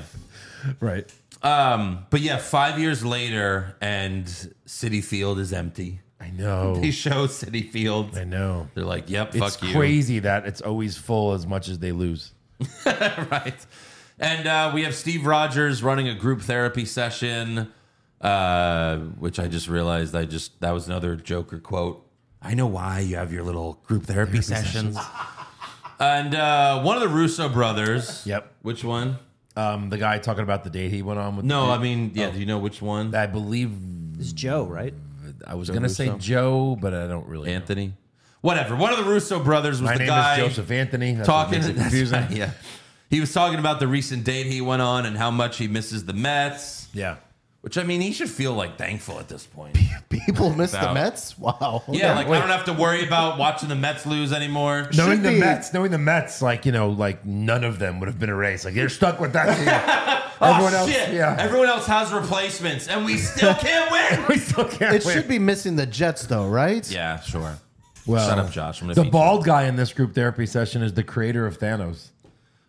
Right.
Um, but yeah, five years later, and City Field is empty.
I know.
They show City Field.
I know.
They're like, "Yep,
It's
fuck you."
crazy that it's always full as much as they lose.
[laughs] right. And uh, we have Steve Rogers running a group therapy session, uh, which I just realized I just that was another Joker quote. I know why you have your little group therapy, sessions. and uh, one of the Russo [laughs] brothers.
Yep.
Which one?
Um, the guy talking about the date he went on with.
No,
the,
I mean, yeah. Oh. Do you know which one?
I believe
It's Joe, right?
I was gonna say Joe, but I don't really. know.
Anthony. Whatever. One of the Russo brothers was
My
the
name
guy
is Joseph Anthony. That's what
talking. [laughs]
makes it confusing.
yeah. He was talking about the recent date he went on and how much he misses the Mets.
Yeah.
Which I mean, he should feel like thankful at this
[laughs]
point.
People missed the
About-
Mets. Wow.
Yeah, like I don't have to worry about watching the Mets lose anymore.
Knowing
Should
the
be.
Mets, knowing the Mets, like you know, like none of them would have been erased. Like they're stuck with that team. [laughs] Everyone
oh,
else,
shit.
yeah.
Everyone else has replacements, and we
[laughs]
still can't win.
we still can't.
It
win.
should be missing the Jets though, right?
yeah, sure.
Well,
Shut up, Josh. I'm gonna
The
feed you.
bald guy in this group therapy session is the creator of Thanos.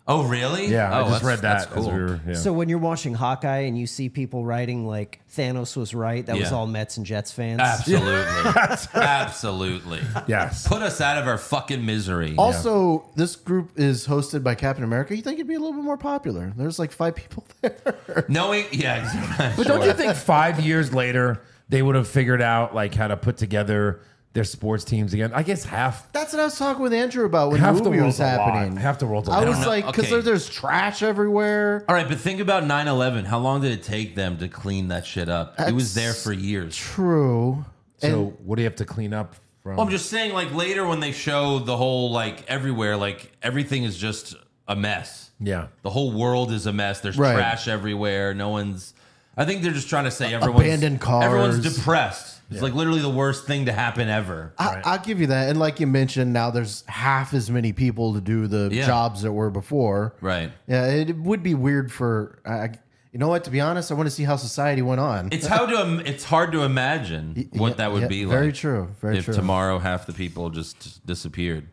Oh, really?
Yeah,
oh,
I just
that's-
read that.
That's cool.
As we were, yeah.
So when you're watching Hawkeye and you see people writing like Thanos was right, that was
Yeah.
all Mets and Jets
[laughs]
[laughs]
fans.
Absolutely, absolutely.
yes,
Put us out of our fucking misery.
Also, this group is hosted by Captain America. You think it'd be a little bit more popular? There's like five people [laughs] there.
Knowing, yeah,
but don't you think five years later they would have figured out like how to put together their sports teams again? I guess half
That's what I was talking with Andrew about when
half
the
the
movie
world's
was
a lot.
happening.
Half the world's a
I
lot.
was
know.
like, because
Okay.
there's trash everywhere.
All right, but think about 9 11. How long did it take them to clean that shit up? it was there for years.
True.
So what do you have to clean up from?
Well, I'm just saying, like, later when they show the whole, like, everywhere, like, everything is just a mess.
yeah,
The whole world is a mess. There's
Right.
trash everywhere. No one's. I think they're just trying to say everyone's.
abandoned cars.
Everyone's depressed. It's like literally the worst thing to happen ever.
I, I'll give you that. And like you mentioned, now there's half as many people to do the
Yeah.
jobs that were before.
Right.
Yeah, it would be weird for. I, you know what? To be honest, I want to see how society went on.
It's how to. im- It's hard to imagine what
Yeah,
that would
yeah,
be like.
Very true. Very
if
true.
tomorrow half the people just disappeared.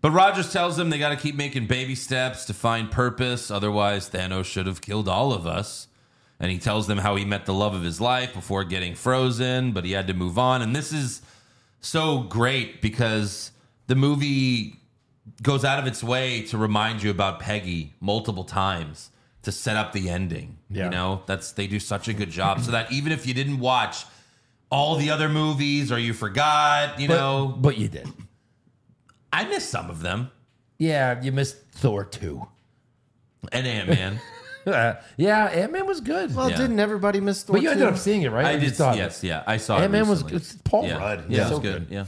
But Rogers tells them they got to keep making baby steps to find purpose. Otherwise, Thanos should have killed all of us. And he tells them how he met the love of his life before getting frozen, but he had to move on. And this is so great because the movie goes out of its way to remind you about Peggy multiple times to set up the ending.
Yeah.
You know, that's they do such a good job. so that even if you didn't watch all the other movies or you forgot, you
but,
know,
but you did.
I missed some of them.
Yeah, you missed Thor two.
And Ant
[laughs]
Man.
Uh, yeah, Ant Man was good.
well,
yeah.
didn't everybody miss Thor?
but you ended
too?
up seeing it, right?
I
You
did.
saw it.
Yes, yeah, I saw it.
Ant-Man was
recently.
good. It's Paul
yeah.
Rudd.
Yeah,
He's
it was
so
good. Yeah.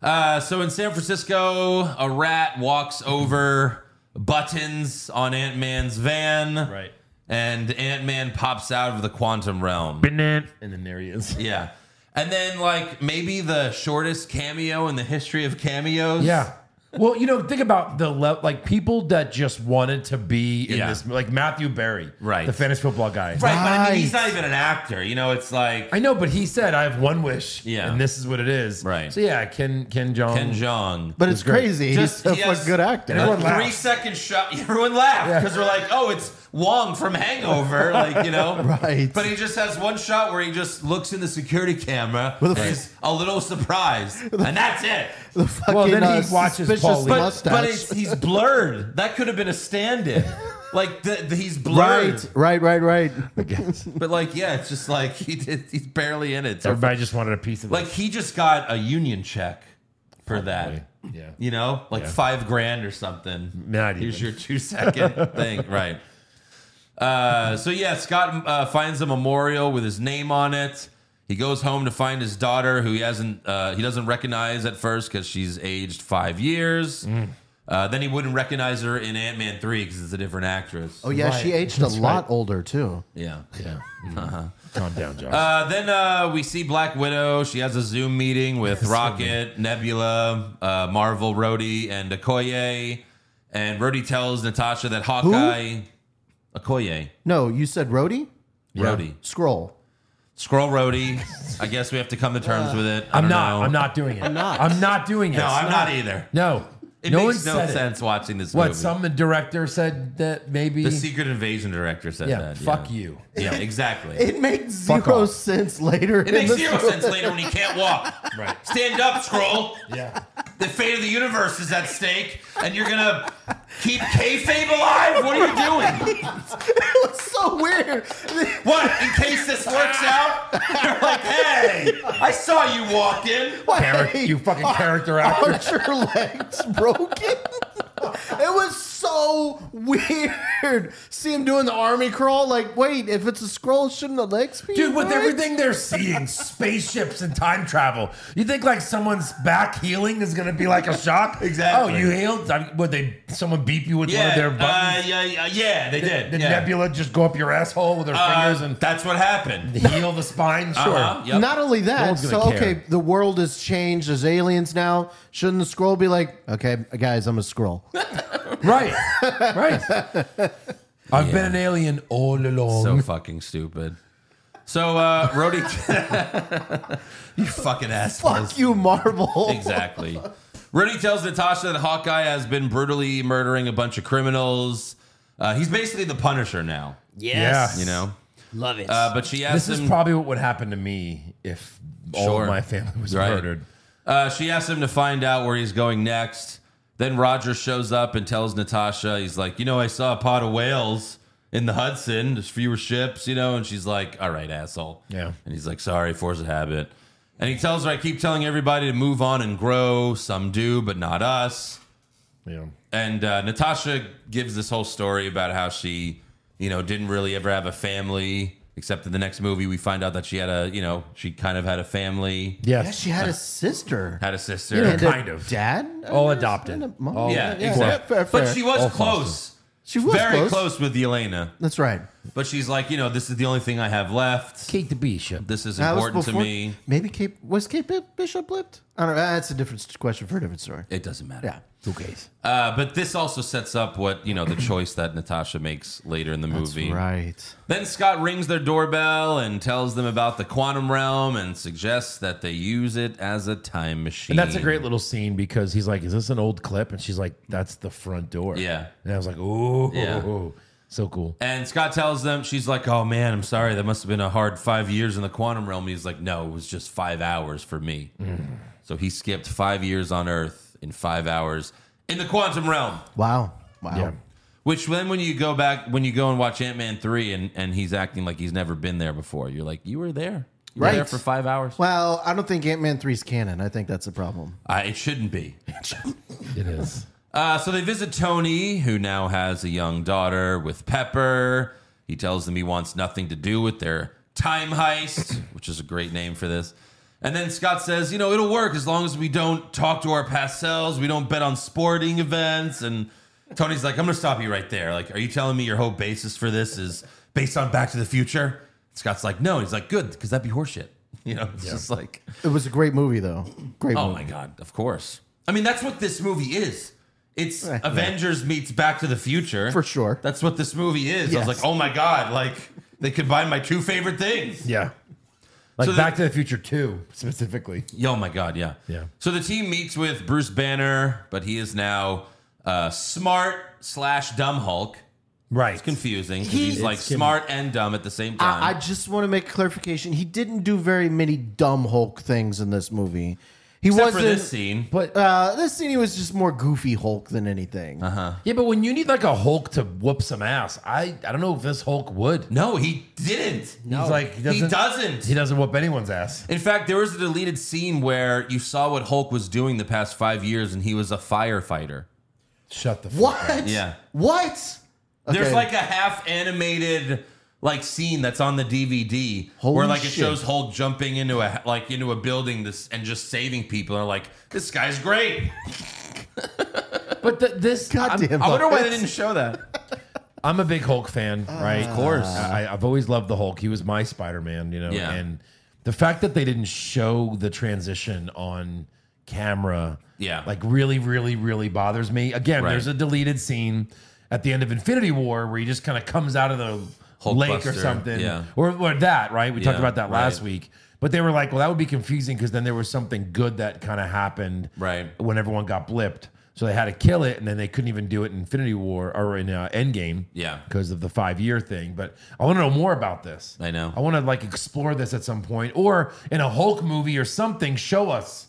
Uh, so in San Francisco, a rat walks over buttons on Ant Man's van.
Right.
And Ant Man pops out of the quantum realm.
And then there he is.
Yeah. And then, like, maybe the shortest cameo in the history of cameos.
Yeah. Well, you know, think about the le- like people that just wanted to be in
Yeah.
this, like Matthew Berry,
Right.
The fantasy football guy.
Right. But I mean, he's
Right.
not even an actor. You know, it's like
I know, but he said, "I have one wish,
Yeah.
and this is what it is."
Right.
So yeah, Ken Ken Jong.
Ken Jeong.
But it's
great.
crazy.
Just-
He's a
he
fucking
has-
good actor.
Everyone
Three
laughed.
[laughs] second shot. Everyone laughed because we're like, oh, it's Wong from
[laughs]
Hangover, like you know,
Right.
But he just has one shot where he just looks in the security camera
With a-
and is a little
[laughs]
surprised, and that's it.
The fucking,
Well, then he
uh,
watches
suspicious
Paulie.
But
mustache.
but it's, he's blurred. That could have been a stand-in. Like the, the- he's blurred.
[laughs] right, right, right, right.
But like, yeah, it's just like he did, he's barely in it.
Everybody just wanted a piece of
Like he just got a union check for that.
it. Yeah.
You know, like five grand or something.
Not
Here's
even.
your two
[laughs]
second thing, right? Uh, so yeah, Scott uh, finds a memorial with his name on it. He goes home to find his daughter, who he hasn't uh, he doesn't recognize at first because she's aged five years.
Mm.
Uh, then he wouldn't recognize her in Ant Man three because it's a different actress.
Oh yeah, she aged a lot older too.
yeah.
Yeah. Calm down, Josh.
Uh, then uh, we see Black Widow. She has a Zoom meeting with Rocket, Nebula, uh, Marvel, Rhodey, and Okoye. And Rhodey tells Natasha that Hawkeye, Okoye,
No, you said Rhodey?
Rhodey,
Scroll.
Scroll Rhodey. I guess we have to come to terms with it. I
I'm
don't
not.
know.
I'm not doing it. I'm not. I'm not doing it.
No, I'm not either.
No.
It
no
makes
one
no
said it.
sense watching this
What?
movie.
Some director said that maybe.
the E Secret Invasion director said
yeah.
that.
fuck
yeah.
you.
Yeah,
[laughs]
exactly.
It makes
Fuck
zero
off.
sense later.
It makes zero sense later when he can't
[laughs]
walk. Right. Stand up, scroll.
Yeah.
The fate of the universe is at stake, and you're gonna keep kayfabe alive. What are you doing?
It was so weird.
[laughs] What in case this works out? They're like, hey, I saw you walk in.
Charac- you
[laughs]
fucking
[laughs]
character actor.
Aren't your legs broken? [laughs] It was so weird. See him doing the army crawl. Like, wait, if it's a scroll, shouldn't the legs be?
Dude, with
right?
everything they're seeing, spaceships and time travel, you think like someone's back healing is gonna be like a
[laughs]
shock?
Exactly.
Oh, you healed? I mean, would they? Someone beat you with one
Yeah,
of their
uh,
buttons?
yeah, yeah, yeah, they did.
Did
yeah.
Nebula just go up your asshole with her
Uh,
fingers and
that's what happened.
heal the spine? Sure.
Uh-huh, yep.
Not only that,
one's gonna
so
care.
okay, the world has changed. There's aliens now. Shouldn't the scroll be like, okay, guys, I'm a scroll?
[laughs] Right. Right.
[laughs]
I've been an alien all along.
So fucking stupid. So, uh,
[laughs]
Rhodey, [laughs] you fucking assholes.
Fuck you, Marvel.
[laughs]
Exactly. Rudy tells Natasha that Hawkeye has been brutally murdering a bunch of criminals. Uh, he's basically the Punisher now,
Yes.
you know.
Love it.
Uh, but she asks
This is
him.
probably what would happen to me if all
Sure.
of my family was
Right.
murdered.
uh, she asks him to find out where he's going next. Then Roger shows up and tells Natasha, he's like, you know, I saw a pot of whales in the Hudson. There's fewer ships, you know. And she's like, all right, asshole.
Yeah.
And he's like, sorry, force of habit. And he tells her, I keep telling everybody to move on and grow. Some do, but not us.
Yeah.
and uh, Natasha gives this whole story about how she, you know, didn't really ever have a family. Except in the next movie, we find out that she had a, you know, she kind of had a family,
Yeah, she had a sister.
had a sister.
And a
kind of.
Dad?
All
I guess,
adopted.
and a mom?
All-
yeah,
yeah,
exact-
fair, fair,
But
fair.
she was
All
close.
She was
very
close.
close. with Elena.
That's right.
But she's like, you know, this is the only thing I have left.
Kate the Bishop.
This is
That was
important to
before-
me.
Maybe Kate was Kate Bi- Bishop blipped. I don't know. uh, That's a different s- question for a different story.
It doesn't matter.
Yeah.
Who cares?
Uh, but this also sets up what you know the choice that Natasha makes later in the movie.
Right.
Then Scott rings their doorbell and tells them about the quantum realm and suggests that they use it as a time machine.
And that's a great little scene because he's like, "Is this an old clip?" And she's like, "That's the front door."
Yeah.
And I was like, "Ooh,
Yeah.
so cool."
And Scott tells them, she's like, oh man, I'm sorry. That must have been a hard five years in the quantum realm. He's like, no, it was just five hours for me.
Mm.
So he skipped five years on Earth in five hours in the quantum realm.
Wow. Wow.
Yeah.
Which then when you go back, when you go and watch Ant Man 3 and, and he's acting like he's never been there before, you're like, you were there. You were
Right.
there for five hours.
Well, I don't think Ant Man 3 is canon. I think that's a problem.
I, it shouldn't be.
It is.
Uh, so they visit Tony, who now has a young daughter with Pepper. He tells them he wants nothing to do with their time heist, which is a great name for this. And then Scott says, you know, it'll work as long as we don't talk to our past selves, we don't bet on sporting events. And Tony's like, I'm going to stop you right there. Like, are you telling me your whole basis for this is based on Back to the Future? Scott's like, no. He's like, good, because that'd be horseshit. [laughs] You know, it's just like,
It was a great movie, though. Great
Oh
movie.
my god, of course. I mean, that's what this movie is. It's
Right.
Avengers meets Back to the Future.
Eh, For sure.
That's what this movie is. I was
Yes.
like, oh my god, like they combined my two favorite things.
Yeah. Like
So the-
Back to the Future Two specifically.
Yeah, oh my god, yeah.
Yeah.
So the team meets with Bruce Banner, but he is now uh, smart slash dumb Hulk.
Right.
It's confusing 'cause
He-
he's like
It's conf-
smart and dumb at the same time.
I, I just want to make a clarification. He didn't do very many dumb Hulk things in this movie. He
Except
wasn't.
for this scene.
But uh, this scene, he was just more goofy Hulk than anything. Uh-huh.
Yeah, but when you need like a Hulk to whoop some ass, I, I don't know if this Hulk would.
No, he didn't.
He's like he doesn't,
he doesn't.
he doesn't whoop anyone's ass.
In fact, there was a deleted scene where you saw what Hulk was doing the past five years, and he was a firefighter.
Shut the fuck up.
What?
Yeah.
What?
There's
Okay.
like a half animated like scene that's on the DVD where
Holy
like it
shit.
shows Hulk jumping into a like into a building this and just saving people and like this guy's great.
But the, this I'm,
Goddamn.
I wonder why they
Hulk.
didn't show
[laughs]
that.
I'm a big Hulk fan, right? Ah. Of course. I, I've always loved the Hulk. He was my Spider-Man, you know.
Yeah.
And the fact that they didn't show the transition on camera,
Yeah.
like really, really, really bothers me. Again,
Right.
there's a deleted scene at the end of Infinity War where he just kind of comes out of the lake or
Hulkbuster,
something,
yeah.
or, or that, right? We talked
Yeah,
about that last
right.
week. But they were like, well, that would be confusing because then there was something good that kind of happened,
Right.
When everyone got blipped, so they had to kill it, and then they couldn't even do it in Infinity War or in uh, Endgame,
Yeah.
because of the five year thing. But I want to know more about this.
I know.
I want to like explore this at some point, or in a Hulk movie or something, show us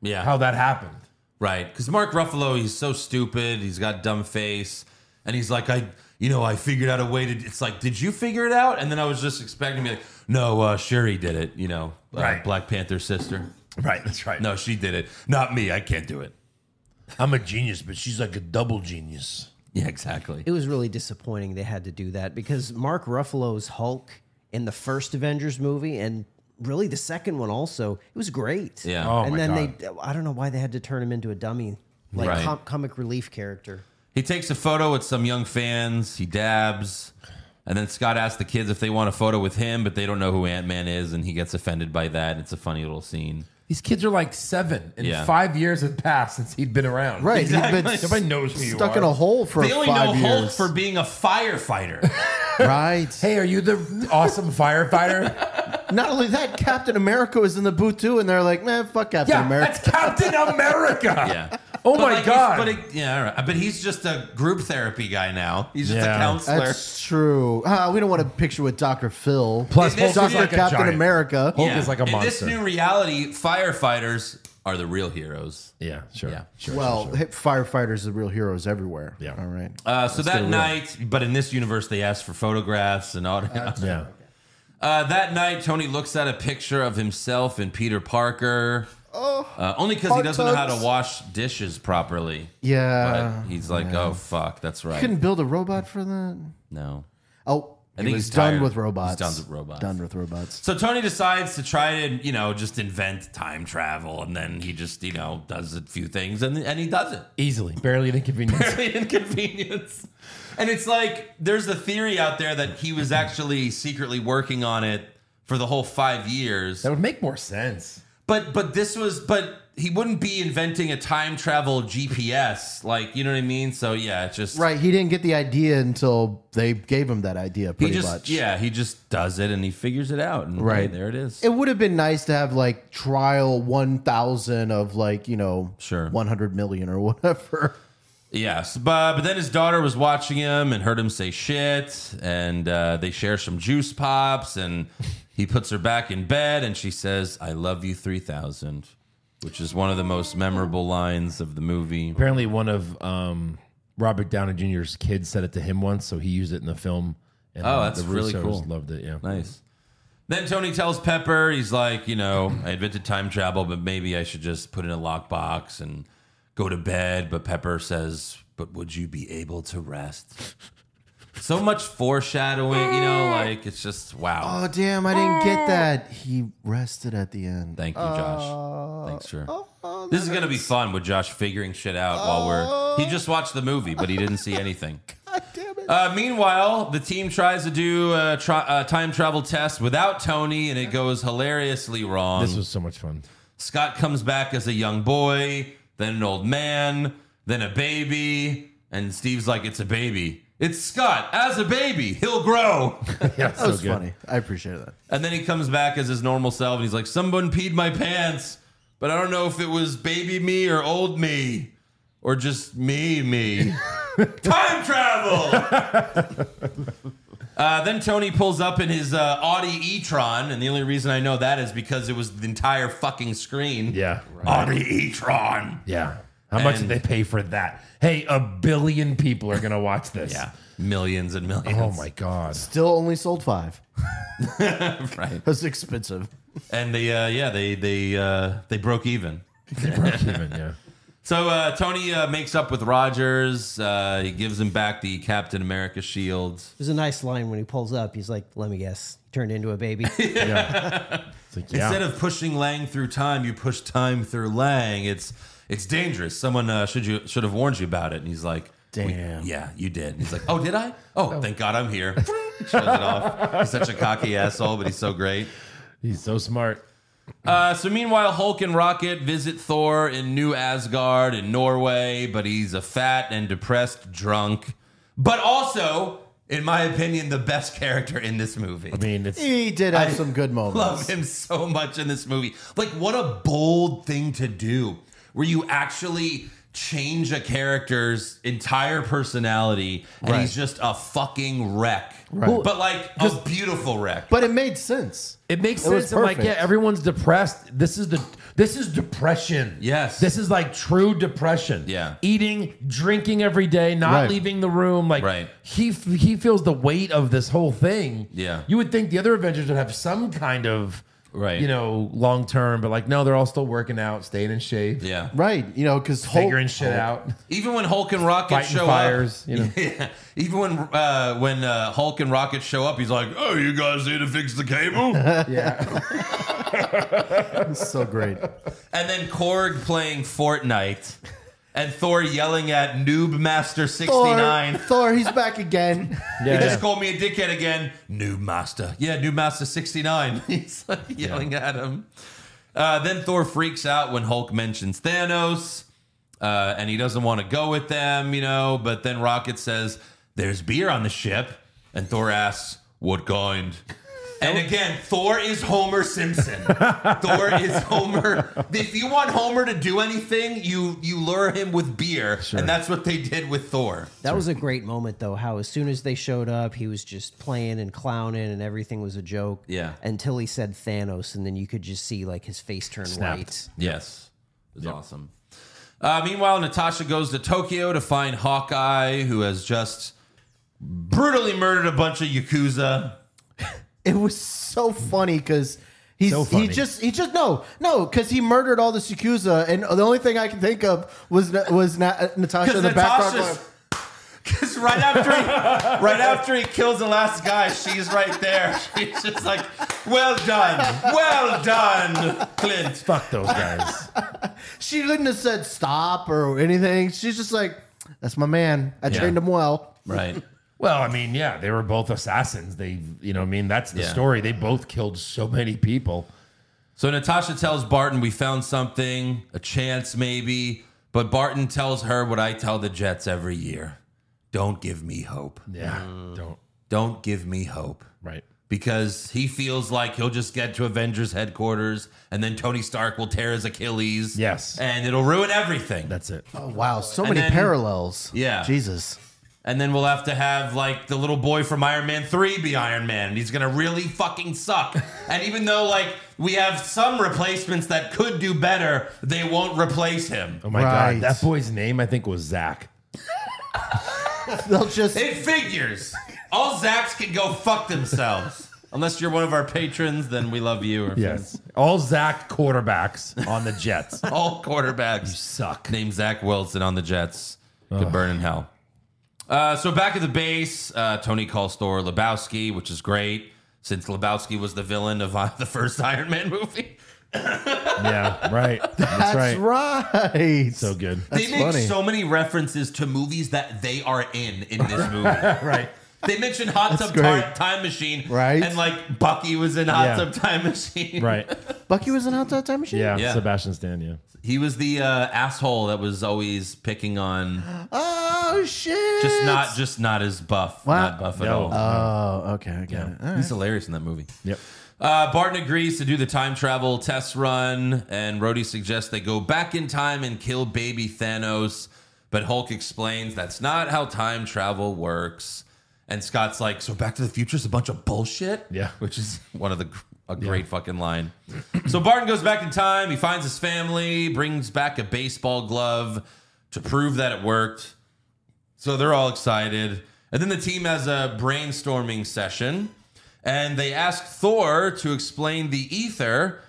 Yeah.
how that happened.
Right. Because Mark Ruffalo, he's so stupid. He's got dumb face. And he's like, I, you know, I figured out a way to. It's like, did you figure it out? And then I was just expecting to be like, no, uh, Sherry did it, you know, uh,
Right.
Black Panther's sister.
Right. That's right.
No, she did it. Not me. I can't do it. [laughs]
I'm a genius, but she's like a double genius.
Yeah, exactly.
It was really disappointing they had to do that because Mark Ruffalo's Hulk in the first Avengers movie and really the second one also, it was great.
Yeah.
Oh
and
my
then
god.
they I don't know why they had to turn him into a dummy like
Right.
com- comic relief character.
He takes a photo with some young fans. He dabs. And then Scott asks the kids if they want a photo with him, but they don't know who Ant Man is. And he gets offended by that. It's a funny little scene.
These kids are like seven, and
Yeah.
five years had passed since he'd been around.
Right. he's been
Exactly.
Everybody knows who you
stuck
are.
in a hole for
They only know
five
Hulk
years.
for being a firefighter.
[laughs] right.
Hey, are you the awesome
[laughs]
firefighter?
Not only that, Captain America was in the boot too, and they're like, man, fuck Captain
yeah,
America.
that's Captain America.
Yeah.
Oh
But
my
like, he's-
god.
But it- yeah, all right. but he's just a group therapy guy now. He's just
Yeah.
a counselor.
That's true. Ah, we don't want to picture with Dr. Phil.
Plus,
This
Hulk
Dr.
is like a
Captain
giant.
America.
Hulk is like a
In
monster.
this new reality, firefighters are the real heroes.
yeah, sure.
Yeah.
sure
well,
sure, sure.
hit- firefighters are real heroes everywhere.
Yeah.
All right.
Uh, so that night, but in this universe, they asked for photographs and all.
yeah.
Uh, that night, Tony looks at a picture of himself and Peter Parker. Oh, uh, only because he
hot
doesn't know how to
tubs.
wash dishes properly.
Yeah.
But he's like, oh fuck, that's right.
Couldn't build a robot for that.
no.
Oh,
I
he
think
was
he's
done
tired.
with
He's
robots.
done with robots.
Done with robots.
So Tony decides to try to, you know, just invent time travel, and then he just, you know, does a few things, and and he does it. [laughs]
Easily, barely an [laughs] inconvenience.
Barely inconvenience. And it's like there's a theory out there that he was actually secretly working on it for the whole five years.
that would make more sense.
But but this was but he wouldn't be inventing a time travel GPS, like you know what I mean. So yeah, it's just
Right. He didn't get the idea until they gave him that idea,
He
pretty
just
much.
yeah, he just does it and he figures it out, and
Right.
hey, there it is.
It would have been nice to have like trial 1,000 of like, you know,
Sure.
100 million or [laughs] whatever.
Yes, but but then his daughter was watching him and heard him say shit, and uh, they share some juice pops, and he puts her back in bed, and she says, "I love you, three thousand, which is one of the most memorable lines of the movie.
Apparently, one of um, Robert Downey Jr.'s kids said it to him once, so he used it in the film. And, uh,
Oh, that's
the
really
Russos
cool.
Loved it. Yeah.
Nice. Then Tony tells Pepper, he's like, you know, I invented time travel, but maybe I should just put it in a lockbox and go to bed. But Pepper says, but would you be able to rest? So much foreshadowing, you know, like it's just wow.
Oh, damn. I didn't get that. He rested at the end.
Thank you, Josh. Thanks,
Uh,
sir.
oh,
this is gonna be fun with Josh figuring shit out while we're. He just watched the movie, but he didn't see anything.
Oh. [laughs] God damn it.
Uh, meanwhile, the team tries to do a, tri- a time travel test without Tony, and it goes hilariously wrong.
This was so much fun.
Scott comes back as a young boy, then an old man, then a baby, and Steve's like, "It's a baby. It's Scott as a baby. He'll grow."
Yeah, that
That was funny. I appreciate that.
And then he comes back as his normal self and he's like, Someone peed my pants,
[laughs]
but I don't know if it was baby me or old me or just me, me. Time travel. uh, then Tony pulls up in his uh, Audi e-tron, and the only reason I know that is because it was the entire fucking screen.
Yeah.
Audi e-tron.
Yeah. How much did
And-
they pay for that? Hey, a billion people are gonna watch this.
Yeah, millions and millions.
Oh my god.
Still only sold five.
Right.
That's expensive.
And they, uh, yeah, they they uh, they broke even.
Even, yeah.
So uh, Tony uh, makes up with Rogers. Uh, he gives him back the Captain America shield.
There's a nice line when he pulls up. He's like, "Let me guess, turned into
[laughs]
a baby."
It's like, yeah.
Instead of pushing Lang through time, you push time through Lang. It's it's dangerous. Someone uh, should you should have warned you about it. And he's like, "We-
Damn.
yeah, you did." And he's like, "Oh, did I? Oh, thank God I'm here." [laughs] Shows it off. He's such a cocky asshole, but he's so great.
He's so smart.
Uh, so meanwhile, Hulk and Rocket visit Thor in New Asgard in Norway, but he's a fat and depressed drunk. But also, in my opinion, the best character in this movie.
I mean, it's
He did have some good moments.
love him so much in this movie. Like, what a bold thing to do where you actually change a character's entire personality and he's just a fucking wreck. Right. But like a beautiful wreck.
But it made sense.
it makes
It was
sense. I'm like, yeah,
perfect.
everyone's depressed. This is the this is depression.
Yes.
This is like true depression.
Yeah.
Eating, drinking every day, not
Right.
leaving the room. Like
Right.
he f- he feels the weight of this whole thing.
Yeah.
You would think the other Avengers would have some kind of
Right.
you know, long term, but like no, they're all still working out, staying in shape,
yeah.
Right. You know, because
figuring shit out, [laughs]
Even when Hulk and Rocket
fighting
show up.
fires. You know.
[laughs] Yeah. Even when uh, when uh, Hulk and Rocket show up, he's like, "Oh, you guys here to fix the
[laughs]
cable?" and
yeah.
so great.
then Korg playing Fortnite, and Thor yelling at Noob Master sixty
Thor,
nine.
Thor, he's back again.
Yeah.
he just called me a dickhead again. New master. Yeah, new master 69. [laughs] He's like yelling at him. Uh, then Thor freaks out when Hulk mentions Thanos uh, and he doesn't want to go with them, you know. But then Rocket says, There's beer on the ship. And Thor asks, What kind? And again, Thor is Homer Simpson. [laughs] Thor is Homer. If you want Homer to do anything, you you lure him with beer, and that's what they did with Thor.
That was a great moment, though. How as soon as they showed up, he was just playing and clowning, and everything was a joke.
Yeah.
Until he said Thanos, and then you could just see like his face turn white.
Yes. It was awesome. Uh, meanwhile, Natasha goes to Tokyo to find Hawkeye, who has just brutally murdered a bunch of Yakuza.
It was so funny because he's
So
he
funny.
just he just no no because he murdered all the Yakuza and the only thing I can think of was Na- was Na- Natasha
Because
in the background.
Natasha's.
going,
[laughs] Because right after he, right after he kills the last guy, she's right there. [laughs] She's just like, "Well done, well done, Clint."
Fuck those guys.
she couldn't have said stop or anything. She's just like, that's my man. I trained him well.
Right.
Well, I mean, yeah, they were both assassins. They, you know, I mean, that's the
Yeah.
story. They both killed so many people.
So Natasha tells Barton, We found something, a chance maybe. But Barton tells her what I tell the Jets every year don't give me hope.
Yeah,
Mm.
don't
Don't give me hope.
right.
Because he feels like he'll just get to Avengers headquarters and then Tony Stark will tear his Achilles.
Yes.
And it'll ruin everything.
That's it.
Oh, wow, so
And
many
then-
parallels.
Yeah.
Jesus.
And then we'll have to have like the little boy from Iron Man 3 be Iron Man. And he's going to really fucking [laughs] suck. and even though like we have some replacements that could do better, they won't replace him.
Oh my
Right.
god, that boy's name I think was Zach.
They'll just
It figures. All Zacks can go fuck themselves. [laughs] Unless you're one of our patrons, then we love you.
Yes, all Zach quarterbacks on the
[laughs]
Jets.
All quarterbacks suck. Name Zach Wilson on the Jets. Could burn in hell. Uh, so back at the base, uh, Tony calls Thor Lebowski, which is great since Lebowski was the villain of uh, [laughs] the first Iron Man movie.
yeah, right. That's,
[laughs] that's
right.
right.
So good.
they make
funny.
so many references to movies that they are in in this movie.
right.
They mentioned Hot Tub
great.
Ti- Time Machine,
Right.
And like Bucky was in Hot
Yeah.
Tub Time
[laughs]
Machine,
Right.
Bucky was in Hot Tub Time Machine.
Yeah.
Yeah.
Sebastian Stan. Yeah.
He was the uh, asshole that was always picking on
Oh shit.
just not just not as buff,
Wow.
not buff at
No.
all.
Oh, okay. I get it.
He's hilarious in that movie.
Yep.
Uh, Barton agrees to do the time travel test run, and Rhodey suggests they go back in time and kill baby Thanos. But Hulk explains that's not how time travel works. And Scott's like, so Back to the Future is a bunch of bullshit?
Yeah.
Which is [laughs] one of the a great fucking line. [clears throat] so Barton goes back in time. He finds his family, brings back a baseball glove to prove that it worked. So they're all excited. And then the team has a brainstorming session and they ask Thor to explain the ether,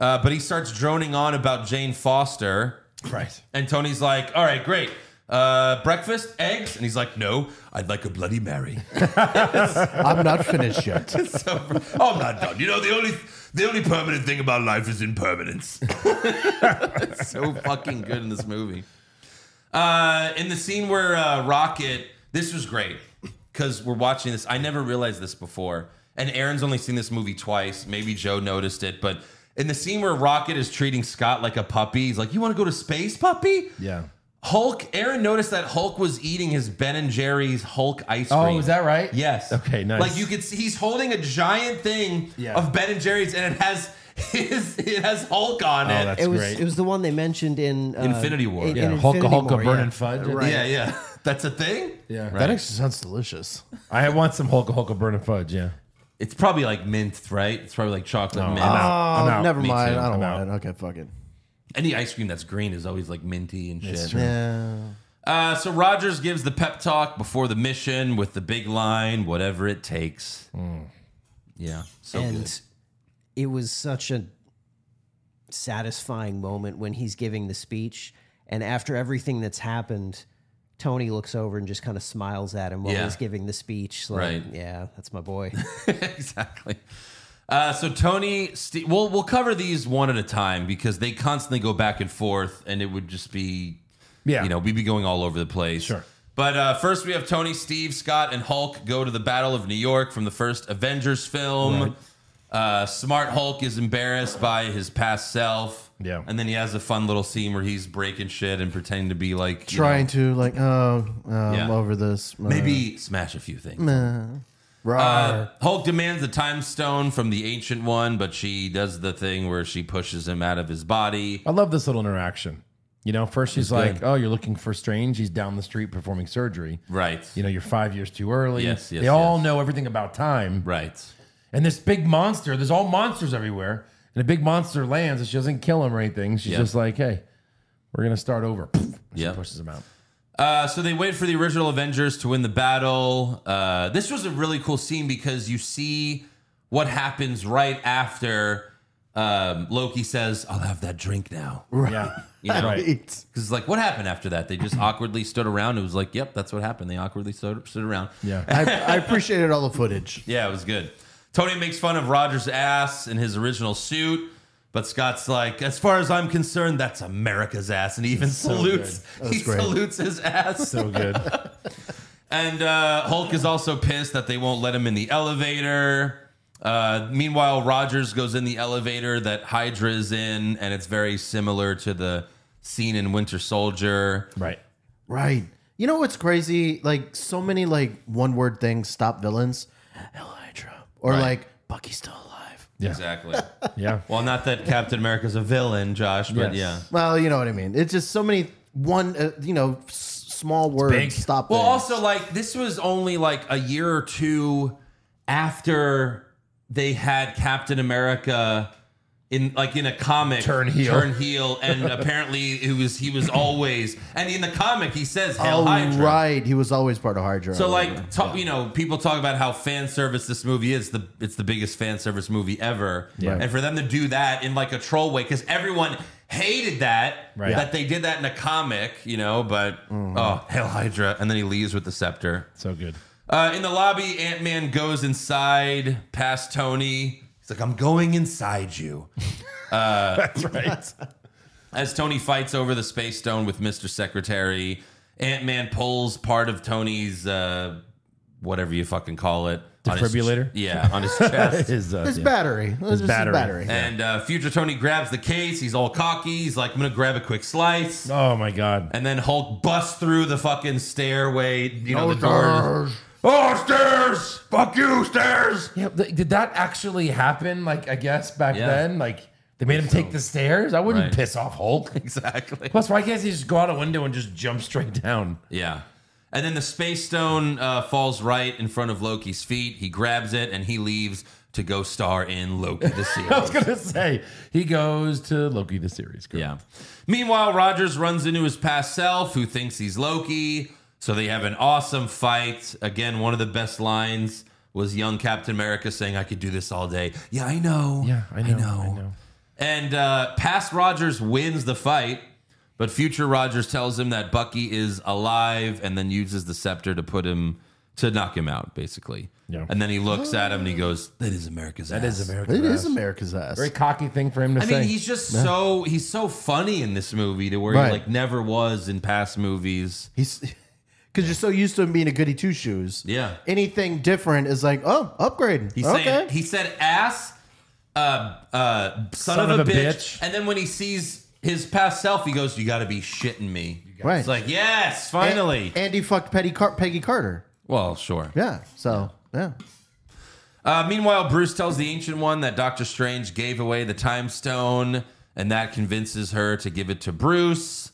uh, but he starts droning on about Jane Foster.
Right.
And Tony's like, all right, great. Uh, breakfast, eggs? And he's like, no, I'd like a Bloody Mary. [laughs]
I'm not finished [laughs] yet.
So, oh, I'm not done. You know, the only the only permanent thing about life is impermanence. [laughs] it's so fucking good in this movie. Uh, in the scene where uh, Rocket, this was great because we're watching this. I never realized this before, and Aaron's only seen this movie twice. Maybe Joe noticed it, but in the scene where Rocket is treating Scott like a puppy, he's like, "You want to go to space, puppy?"
Yeah.
Hulk. Aaron noticed that Hulk was eating his Ben and Jerry's Hulk ice cream.
Oh, is that right?
Yes.
Okay, nice.
Like you could see, he's holding a giant thing
Yeah.
of Ben and Jerry's, and it has his, it has Hulk on
Oh,
it.
that's
it was
great.
it was the one they mentioned in uh,
Infinity War.
in-
yeah.
in
Hulk,
Infinity
Hulk,
War,
burning
yeah.
fudge.
Yeah, yeah, [laughs] that's a thing.
Yeah.
That actually sounds delicious.
I want some Hulk, Hulk, burning fudge. Yeah.
It's probably like mint, right? It's probably like chocolate mint.
I'm out.
Oh,
I'm out.
never
Me
mind.
too.
I don't
I'm
want it. Okay, fuck it.
Any ice cream that's green is always like minty and shit.
Yeah.
Uh, so Rogers gives the pep talk before the mission with the big line, whatever it takes.
Mm.
Yeah, so
and
Oh, good.
it was such a satisfying moment when he's giving the speech and after everything that's happened tony looks over and just kind of smiles at him while
Yeah.
he's giving the speech like
Right.
yeah that's
[laughs]
my boy
exactly. Uh, so Tony, Ste we'll we'll cover these one at a time because they constantly go back and forth, and it would just be,
Yeah.
you know, we'd be going all over the place.
Sure.
But uh, first, we have Tony, Steve, Scott, and Hulk go to the Battle of New York from the first Avengers film. Uh, Smart Hulk is embarrassed by his past self.
Yeah.
And then he has a fun little scene where he's breaking shit and pretending to be like you
Trying
know,
to like, oh, uh, I'm over this. Uh,
maybe smash a few things.
Rawr.
Uh, Hulk demands the time stone from the ancient one, but she does the thing where she pushes him out of his body.
I love this little interaction. You know, first she's like,
good.
"Oh, you're looking for Strange. He's down the street performing surgery.
Right.
You know, you're five years too early.
Yes, yes,
they all
yes.
know everything about time.
Right.
And this big monster. There's all monsters everywhere. And a big monster lands, and she doesn't kill him or anything. She's
Yeah.
just like, "Hey, we're gonna start over." [laughs] And She
Yeah.
pushes him out.
Uh, so they wait for the original Avengers to win the battle. Uh, this was a really cool scene because you see what happens right after um, Loki says, I'll have that drink now.
Yeah,
[laughs] You know?
right.
[laughs] Right.
Because like, what happened after that? They just awkwardly stood around. It was like, yep, that's what happened. They awkwardly stood, stood around.
Yeah.
I, I appreciated all the footage.
Yeah, it was good. Tony makes fun of Roger's ass in his original suit, but Scott's like, as far as I'm concerned, that's America's ass, and he even salutes. He
great.
salutes his ass.
so good.
and uh, Hulk is also pissed that they won't let him in the elevator. Uh, meanwhile, Rogers goes in the elevator that Hydra is in, and it's very similar to the scene in Winter Soldier.
right.
Right. You know what's crazy? Like so many like one word things stop villains. Elytra. Or like Bucky's still alive.
Exactly.
Yeah.
well, not that Captain America's a villain, Josh, but
Yes.
yeah.
Well, you know what I mean. It's just so many one uh, you know s- small words
big.
stop.
Well,
things.
also like this was only like a year or two after they had Captain America in like in a comic
Turn heel.
turn heel, and apparently it was he was always and in the comic he says Hail
Oh,
Hydra.
right. He was always part of Hydra.
So like talk, you know, people talk about how fan service this movie is. The it's the biggest fan service movie ever.
Yeah.
And for them to do that in like a troll way, because everyone hated that
Right. Mm-hmm.
that they did that in a comic, you know. But oh, Hail Hydra! And then he leaves with the scepter.
So good.
Uh, in the lobby, Ant Man goes inside past Tony. He's like, "I'm going inside
[laughs]
you." Uh,
That's right.
As Tony fights over the space stone with Mr. Secretary, Ant Man pulls part of Tony's uh, whatever you fucking call it. on his ch-
Defibrillator?
yeah, on his chest.
His, uh, [laughs]
his
yeah.
battery. This is
battery.
battery.
And uh, future Tony grabs the case. He's all cocky. He's like, I'm going to grab a quick slice.
Oh my god.
And then Hulk busts through the fucking stairway. You know,
No
the door.
doors.
Oh, stairs! Fuck you, stairs!
Yeah. th- Did that actually happen? Like, I guess back
Yeah.
then, like They made him take the stairs. I wouldn't
Right.
piss
[laughs]
off Hulk. [laughs]
Exactly.
Plus, why can't he just go out a window and just jump straight down?
Yeah. And then the space stone uh, falls right in front of Loki's feet. He grabs it and he leaves to go star in Loki the
[laughs] I
series.
was gonna say he goes to Loki the series. correct?
yeah. Meanwhile, Rogers runs into his past self, who thinks he's Loki. So they have an awesome fight. Again, one of the best lines was young Captain America saying, "I could do this all day." Yeah, I know.
yeah, I know. I know.
And uh, past Rogers wins the fight, but future Rogers tells him that Bucky is alive, and then uses the scepter to put him to knock him out, basically.
Yeah.
And then he looks at him and he goes, "That is America's
That
ass."
is American.
It
ass.
is America's ass.
very cocky thing for him to
I
say.
mean, he's just so he's so funny in this movie to where
Right.
he like never was in past movies.
He's [laughs] because you're so used to him being a goody two shoes.
Yeah.
Anything different is like, oh, upgrade.
He's
okay.
saying he said ass, uh, uh, son, of, a, bitch.
bitch.
and then when he sees his past self, he goes, "You got to be shitting me."
Right.
It's like, yes,
A-
finally.
and he fucked Petty Car- Peggy Carter.
well, sure.
Yeah. So yeah.
Uh, meanwhile, Bruce tells the Ancient One that Doctor Strange gave away the Time Stone, and that convinces her to give it to Bruce.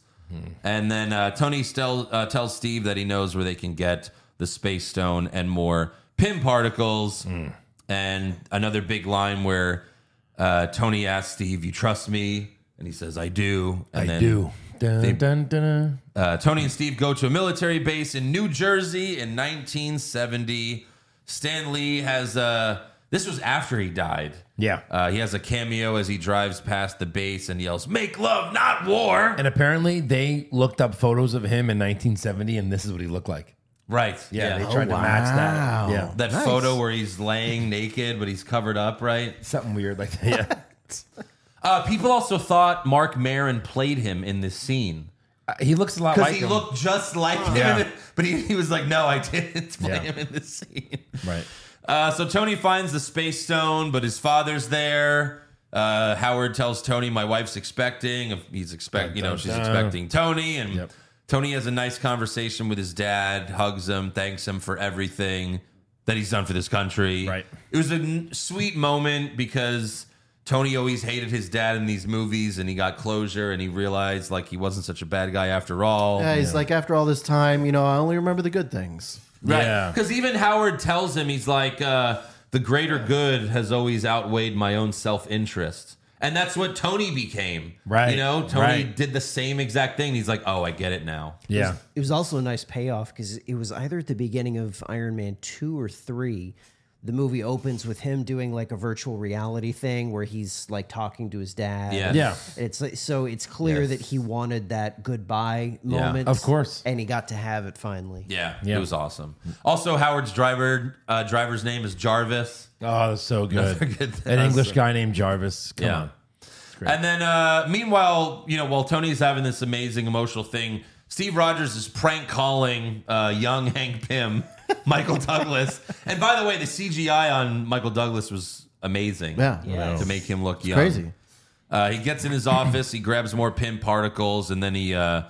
And then uh, Tony stel- uh, tells Steve that he knows where they can get the Space Stone and more Pym particles. And another big line where uh, Tony asks Steve, "You trust me?" And he says, "I do." And I then,
do. Dun, dun, dun, dun.
uh, Tony and Steve go to a military base in New Jersey in 1970. Stan Lee has uh, this was after he died.
Yeah.
Uh, he has a cameo as he drives past the base and yells, "Make love, not war!"
And apparently, they looked up photos of him in 1970, and this is what he looked like.
right?
Yeah, they tried to match that. Yeah,
that photo where he's laying [laughs] naked, but he's covered up. Right.
something
[laughs]
weird like that. Yeah,
Uh, people also thought Mark Maron played him in this scene
Uh, he looks a lot
because
like
he
him.
looked just like him. [laughs]
Yeah.
But he, he was like, "No, I didn't [laughs] play
Yeah.
him in this scene."
right.
Uh, so Tony finds the space stone, but his father's there. Uh, Howard tells Tony, "My wife's expecting. If He's expect, you know, she's expecting Tony." And
Yep.
Tony has a nice conversation with his dad, hugs him, thanks him for everything that he's done for this country.
Right.
It was a n- sweet moment because Tony always hated his dad in these movies, and he got closure, and he realized like he wasn't such a bad guy after all.
Yeah, he's like, after all this time, you know, I only remember the good things.
Right.
Yeah.
Because even Howard tells him he's like, uh, the greater good has always outweighed my own self interest. And that's what Tony became.
Right.
You know, Tony
Right.
did the same exact thing. He's like, oh, I get it now.
Yeah,
It was also a nice payoff because it was either at the beginning of Iron Man 2 or 3. The movie opens with him doing like a virtual reality thing where he's like talking to his dad.
Yeah.
yeah.
It's like, so it's clear that he wanted that goodbye moment.
Of course.
And he got to have it finally.
Yeah.
Yeah.
It was awesome. Also, Howard's driver uh, driver's name is Jarvis.
Oh, that's so good.
good
An
thing.
English guy named Jarvis. Come
yeah.
on.
And then, uh, meanwhile, you know, while Tony's having this amazing emotional thing, Steve Rogers is prank calling uh, young Hank Pym, [laughs] Michael Douglas. And by the way, the CGI on Michael Douglas was amazing.
Yeah.
Yes.
To make him look young.
Crazy.
Uh, he gets in his office, he grabs more Pym particles, and then he uh,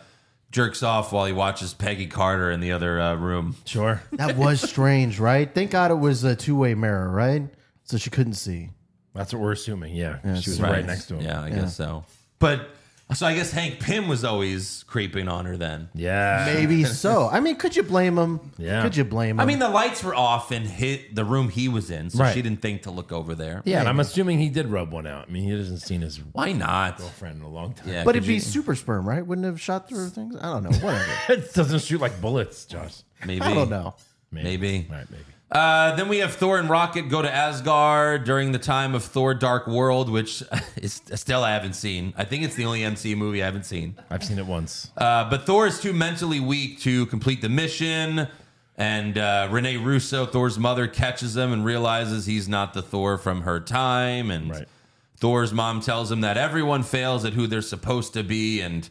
jerks off while he watches Peggy Carter in the other uh, room.
Sure.
[laughs]
That was strange, right? Thank God it was a two way mirror, right? So she couldn't see.
That's what we're assuming. Yeah. she was right. next to him.
Yeah, I guess so. But so I guess Hank Pym was always creeping on her then.
Yeah.
[laughs]
Maybe so. I mean, could you blame him?
Yeah.
Could you blame him?
I mean, the lights were off in hit the room he was in, so
Right.
she didn't think to look over there.
Yeah, and I'm assuming he did rub one out. I mean, he hasn't seen his
Why not?
girlfriend in a long time.
Yeah,
but
could
it'd be
you-
super sperm, right? Wouldn't have shot through things. I don't know.
[laughs]
Whatever.
[laughs] it doesn't shoot like bullets, Josh.
maybe.
I don't know.
Maybe.
All right, maybe.
Uh, then we have Thor and Rocket go to Asgard during the time of Thor: Dark World, which [laughs] is still I haven't seen. I think it's the only MCU movie I haven't seen.
I've seen it once.
Uh, but Thor is too mentally weak to complete the mission. And uh, Rene Russo, Thor's mother, catches him and realizes he's not the Thor from her time. And
Right.
Thor's mom tells him that everyone fails at who they're supposed to be, and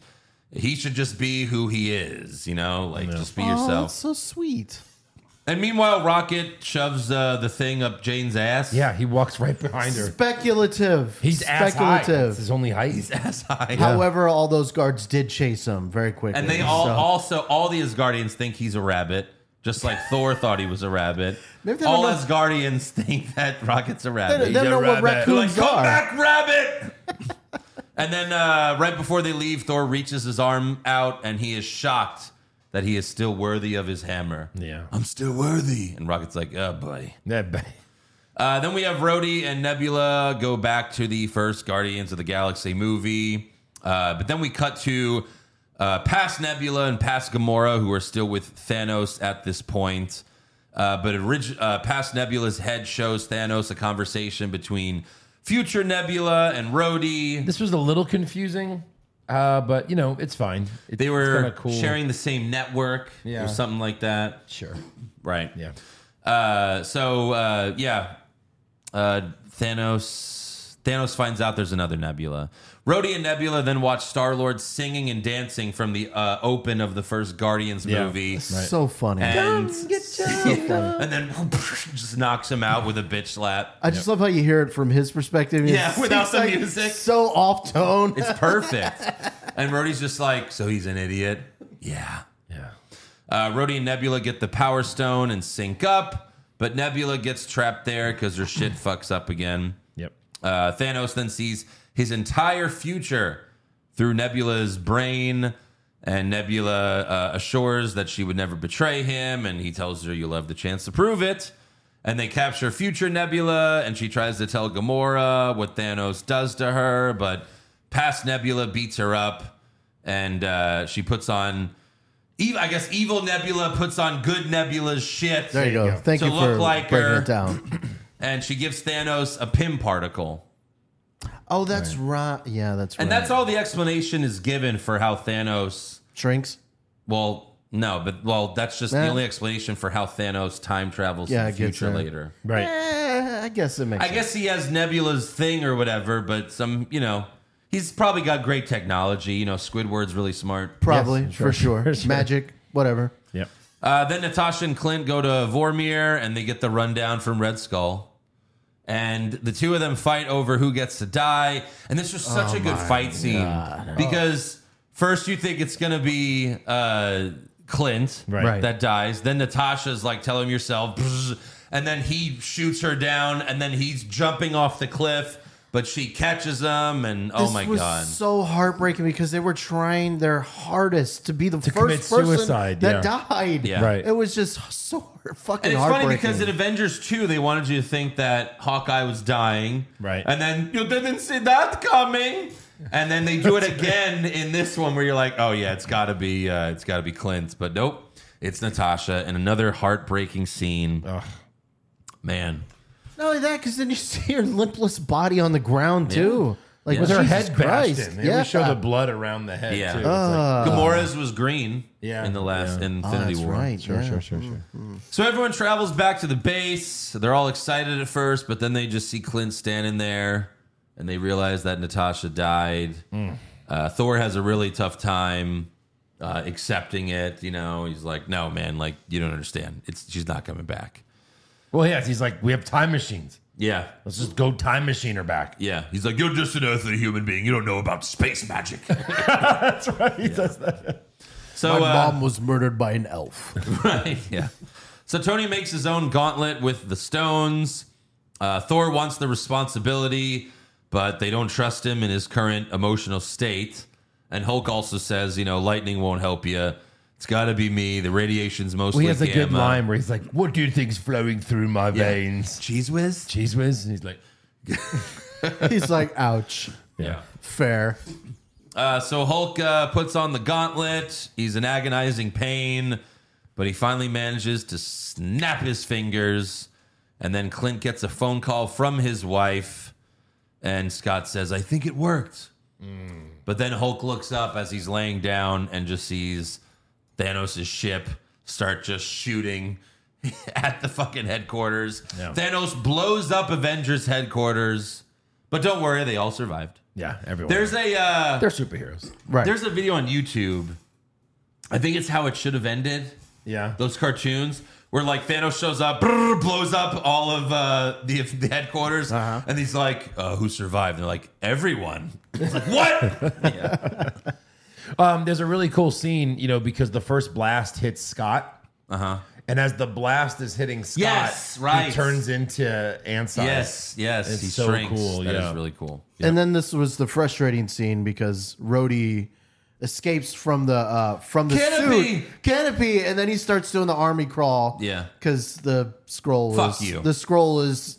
he should just be who he is. You know, like just be
Oh, that's
yourself.
so sweet.
And meanwhile, Rocket shoves uh, the thing up Jane's ass. [laughs]
yeah, he walks right behind her.
Speculative.
He's ass high.
speculative.
That's his only height.
ass high.
However, all those guards did chase him very quickly.
And they all
so-
also all the Asgardians think he's a rabbit, just
[laughs]
like Thor thought he was a rabbit.
Maybe they don't
all
know-
Asgardians think that Rocket's a
they
rabbit.
don't know what
rabbit.
They're like,
raccoons
come
are. [laughs]
back, rabbit! And then uh, right before they leave, Thor reaches his arm out and he is shocked that he is still worthy of his hammer.
Yeah.
I'm still worthy. And Rocket's like, oh, buddy.
That ba-
Uh, then we have Rhodey and Nebula go back to the first Guardians of the Galaxy movie. Uh, but then we cut to uh, past Nebula and past Gamora, who are still with Thanos at this point. Uh, but orig- uh, past Nebula's head shows Thanos a conversation between future Nebula and Rhodey.
[laughs] This was a little confusing, uh, but you know it's fine. It's,
They
it's
were
kinda cool.
sharing the same network
Yeah.
or something like that.
Sure.
Right.
Yeah.
Uh, so uh, yeah, uh, Thanos. Thanos finds out there's another Nebula. Rhodey and Nebula then watch Star Lord singing and dancing from the uh, open of the first Guardians
Yeah.
movie,
So funny.
and [laughs] and then [laughs] just knocks him out with a bitch slap.
I just love how you hear it from his perspective. He's-
Yeah, without
[laughs] he's
the music.
So off tone.
It's perfect. and Rhodey's just like, so he's an idiot. Yeah.
Yeah.
Uh, Rhodey and Nebula get the Power Stone and sync up, but Nebula gets trapped there because her shit fucks up again.
Yep.
Uh, Thanos then sees his entire future through Nebula's brain, and Nebula uh, assures that she would never betray him, and he tells her, You'll have the chance to prove it. And they capture future Nebula, and she tries to tell Gamora what Thanos does to her, but past Nebula beats her up, and uh, she puts on. ev- I guess evil Nebula puts on good Nebula's shit.
There you go. Thank
To
you
look
for
like
breaking
her.
it down.
And she gives Thanos a pim particle.
[laughs] Oh, that's right. Yeah, that's right.
And that's all the explanation is given for how Thanos.
shrinks.
Well, no, but well, that's just the
Yeah.
only explanation for how Thanos time travels
Yeah,
to
I
the
get
future
that.
later.
Right.
Eh, I guess it makes.
I
sense.
guess he has Nebula's thing or whatever, but some, you know, he's probably got great technology. You know, Squidward's really smart.
probably
Yes,
for sure.
for sure.
Magic, whatever.
Yep.
Uh, then Natasha and Clint go to Vormir and they get the rundown from Red Skull. And the two of them fight over who gets to die. And this was such a good fight scene because first you think it's going to be uh, Clint
Right. Right.
that dies. Then Natasha's like, tell him yourself. "Bzz," And then he shoots her down and then he's jumping off the cliff, but she catches him. And oh
this
my
was
God.
so heartbreaking because they were trying their hardest to be the
commit
first person
suicide,
that
yeah.
died.
Yeah.
Right.
It was just so heart- fucking
And it's
heartbreaking.
funny because in Avengers 2, they wanted you to think that Hawkeye was dying.
Right.
And then you didn't see that coming. And then they do it again in this one where you're like, oh yeah, it's gotta be uh, it's gotta be Clint. But nope. It's Natasha and another heartbreaking scene. Man.
Not only that, because then you [laughs] see her limpless body on the ground too. Like
With her
Jesus
head
Christ.
bashed in. They
Yeah.
always show the blood around the head
Yeah. Uh.
too. It's like-
Gamora's was green
Yeah.
in the last
Yeah.
in
Uh, Oh,
Infinity
that's
War.
right.
sure,
yeah.
sure, sure, sure.
So everyone travels back to the base. They're all excited at first, but then they just see Clint standing there and they realize that Natasha died. Uh, Thor has a really tough time uh, accepting it. You know, he's like, no, man, like, you don't understand. It's She's not coming back.
Well, yes. He's like, we have time machines.
Yeah.
Let's just go time machine her back. [laughs]
Yeah. He's like, you're just an earthly human being. You don't know about space magic.
That's right. He does that.
So,
My
uh,
mom was murdered by an elf.
[laughs] Right. Yeah. So Tony makes his own gauntlet with the stones. Uh, Thor wants the responsibility, but they don't trust him in his current emotional state. And Hulk also says, you know, lightning won't help you. It's got to be me. The radiation's mostly
Well, he has a
gamma.
good line where he's like, "What do you think's flowing through my
uh, Yeah.
veins?"
Cheese whiz.
Cheese whiz, and he's like,
He's like, ouch.
Yeah.
Fair.
Uh, so Hulk uh, puts on the gauntlet. He's in agonizing pain, but he finally manages to snap his fingers. And then Clint gets a phone call from his wife, and Scott says, "I think it worked." But then Hulk looks up as he's laying down and just sees Thanos' ship start just shooting [laughs] at the fucking headquarters.
Yeah.
Thanos blows up Avengers headquarters, but don't worry, they all survived.
"Yeah, everyone."
There's a uh,
they're superheroes,
Right.
there's a video on YouTube. I think it's how it should have ended.
yeah.
Those cartoons where like Thanos shows up, brrr, blows up all of uh, the, the headquarters,
Uh-huh.
and he's like, uh, "Who survived?" And they're like, "Everyone." It's like,
[laughs]
what?
Um, there's a really cool scene, you know, because the first blast hits Scott, uh huh, And as the blast is hitting Scott,
Uh-huh. Yes, right.
he turns into Ansel.
Yes, yes,
It's
he
so
shrinks.
cool,
That is
yeah.
really cool.
And then this was the frustrating scene because Rhodey escapes from the uh, from the
Canopy!
suit canopy, and then he starts doing the army crawl.
Yeah.
because the scroll
Fuck
is
you.
the scroll is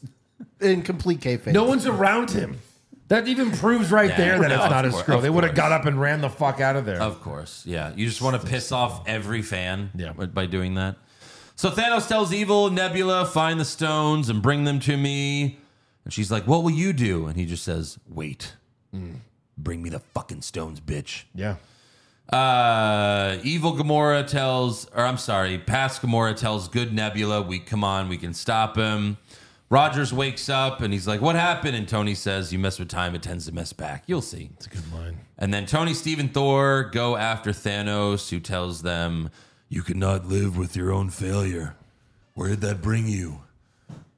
in complete kayfabe.
No one's around him. That even proves right
Yeah,
there that
no,
it's not
of
a
course,
scroll.
of
They would have
course.
got up and ran the fuck out of there.
Of course, yeah. You just want to piss off every fan
Yeah.
by doing that. So Thanos tells Evil Nebula, find the stones and bring them to me. And she's like, "What will you do?" And he just says, "Wait,
Mm.
bring me the fucking stones, bitch."
yeah.
Uh, evil Gamora tells, or I'm sorry, past Gamora tells good Nebula, we come on, we can stop him. Rogers wakes up and he's like, "What happened?" And Tony says, "You mess with time, it tends to mess back. You'll see."
It's a good line.
And then Tony, Steve, and Thor go after Thanos, who tells them, You cannot live with your own failure. Where did that bring you?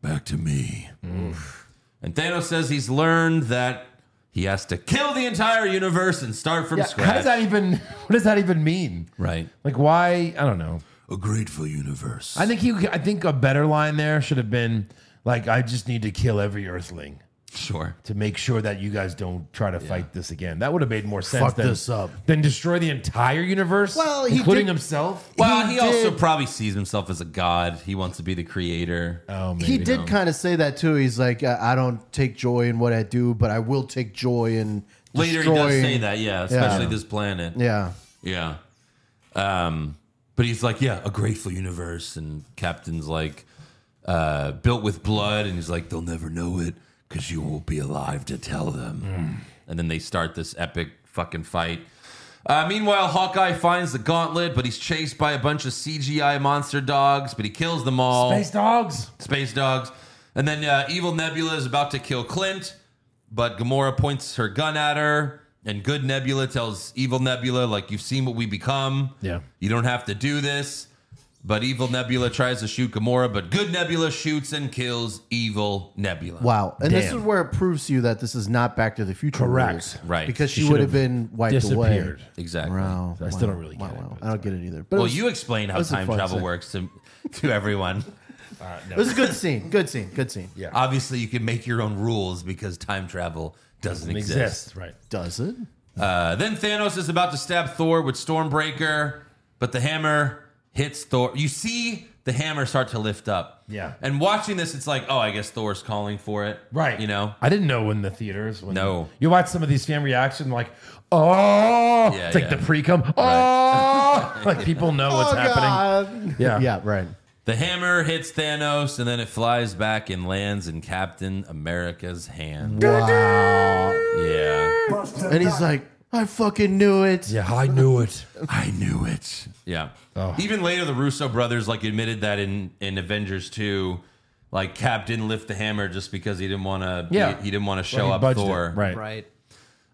Back to me. And Thanos says he's learned that he has to kill the entire universe and start from scratch.
How does that even [laughs] what does that even mean?
right.
Like why? I don't know.
A grateful universe.
I think he I think a better line there should have been like I just need to kill every earthling
sure.
to make sure that you guys don't try to fight this again. That would have made more sense
Fuck
than
this up.
than destroy the entire universe
Well, he
including
did-
himself.
Well, he,
He
also
did-
probably sees himself as a god. He wants to be the creator.
Oh, maybe
he did kind of say that too. He's like, "Uh, I I don't take joy in what I do, but I will take joy in
Later,
destroying.
he does say that, yeah, especially this planet.
Yeah,
Yeah. Um, but he's like, yeah, a grateful universe. And Captain's like, uh, built with blood. And he's like, they'll never know it because you won't be alive to tell them. And then they start this epic fucking fight. Uh, meanwhile, Hawkeye finds the gauntlet, but he's chased by a bunch of CGI monster dogs, but he kills them all.
Space dogs.
Space dogs. And then uh, Evil Nebula is about to kill Clint, but Gamora points her gun at her. And good Nebula tells Evil Nebula, like, you've seen what we become.
Yeah.
You don't have to do this. But Evil Nebula tries to shoot Gamora, but good Nebula shoots and kills Evil Nebula.
wow. And this
Damn.
is where it proves to you that this is not Back to the Future.
Correct.
rules.
Right.
because she,
She should
would have
have
been wiped away.
Disappeared.
Exactly.
Wow.
I still don't really get it,
wow.
but
I don't get it either. But
Well,
it was-
you explain how
was a
time
fun
travel
scene.
works to, to everyone.
Uh,
It was a good scene. Good scene. Good scene.
Yeah.
Obviously, you can make your own rules because time travel doesn't,
It
exist.
exists, right?
Does it?
Uh, then Thanos is about to stab Thor with Stormbreaker, but the hammer hits Thor. You see the hammer start to lift up.
Yeah.
And watching this, it's like, oh, I guess Thor's calling for it.
Right.
You know?
I didn't know when the theaters. When
No.
You watch some of these fan reaction, like, oh,
Yeah,
it's like
yeah.
the pre cum. Oh, [laughs] like people know what's
oh,
happening.
God.
Yeah.
Yeah, right.
The hammer hits Thanos, and then it flies back and lands in Captain America's hand.
Wow.
Yeah.
And he's like, I fucking knew it.
Yeah, I knew it.
I knew it. Yeah. Even later, the Russo brothers like admitted that in in Avengers two, like Cap didn't lift the hammer just because he didn't want to.
Yeah.
He, he didn't want to show
He
up
budged it.
Thor.
Right.
Right.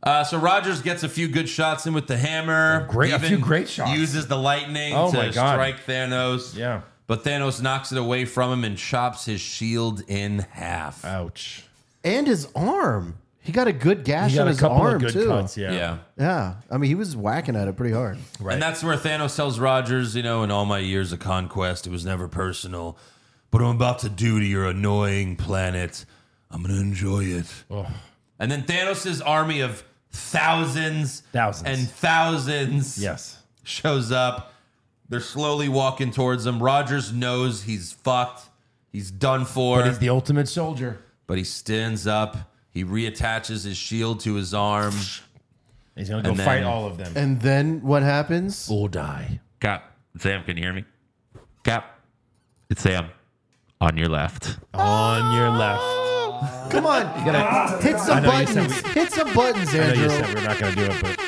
Uh, so Rogers gets a few good shots in with the hammer.
Great- a few
Even
great shots.
Uses the lightning
Oh
to
my God.
strike Thanos.
Yeah.
But Thanos knocks it away from him and chops his shield in half.
Ouch.
And his arm. He got a good gash
He got
on
a
his
couple of
arm
good
too.
cuts.
yeah.
Yeah.
Yeah. I mean, he was whacking at it pretty hard.
And that's where Thanos tells Rogers, you know, in all my years of conquest, it was never personal. But I'm about to do to your annoying planet. I'm going to enjoy it. And then Thanos' army of thousands,
Thousands.
and thousands.
Yes.
shows up. They're slowly walking towards him. Rogers knows he's fucked. He's done for.
But he's the ultimate soldier.
But he stands up. He reattaches his shield to his arm.
He's gonna go
And then-
fight all of them.
And then what happens?
All die.
Cap, Sam, can you hear me? Cap, it's Sam on your left.
Oh!
On your left.
Come on, hit some
know you said
buttons. Hit some buttons,
I know you
Andrew.
said we're not gonna do it, but
[laughs]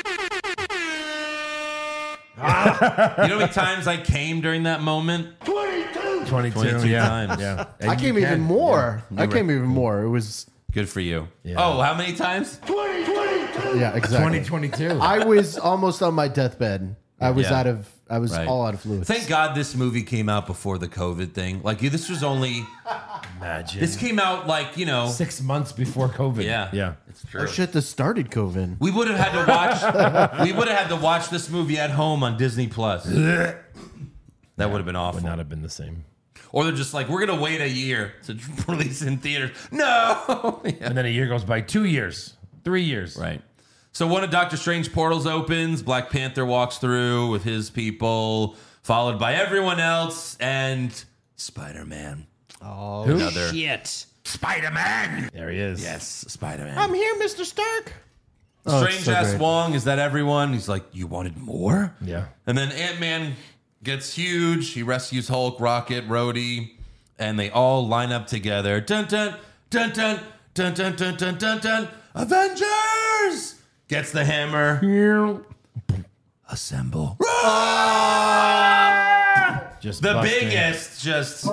You know how many times I came during that moment?
22,
22
Oh, yeah.
times.
Yeah.
I came even more. I came even more. It was
Good for you.
Yeah.
Oh, how many times?
yeah, exactly.
2022.
I was almost on my deathbed. I was
Yeah.
out of. I was
Right.
all out of fluids.
Thank God this movie came out before the COVID thing. Like, this was only,
Imagine.
this came out like, you know,
Six months before COVID.
Yeah.
Yeah.
oh shit, this started COVID.
we would have had to watch, we would have had to watch this movie at home on Disney Plus. That would have been awful.
Would not have been the same.
Or they're just like, we're gonna wait a year to [laughs] release in theaters. No. [laughs] Yeah.
And then a year goes by, two years, three years.
Right. So one of Doctor Strange portals opens, Black Panther walks through with his people, followed by everyone else, and Spider Man.
Oh
Who?
shit!
Spider Man.
There he is.
Yes, Spider Man.
here, Mr. Stark.
Strange ass Wong. Is that everyone? He's like, you wanted more.
Yeah.
And then Ant Man gets huge. He rescues Hulk, Rocket, Rhodey, and they all line up together. Dun dun dun dun dun dun dun dun dun dun. Avengers gets the hammer. Assemble.
Just
The
busting.
biggest, just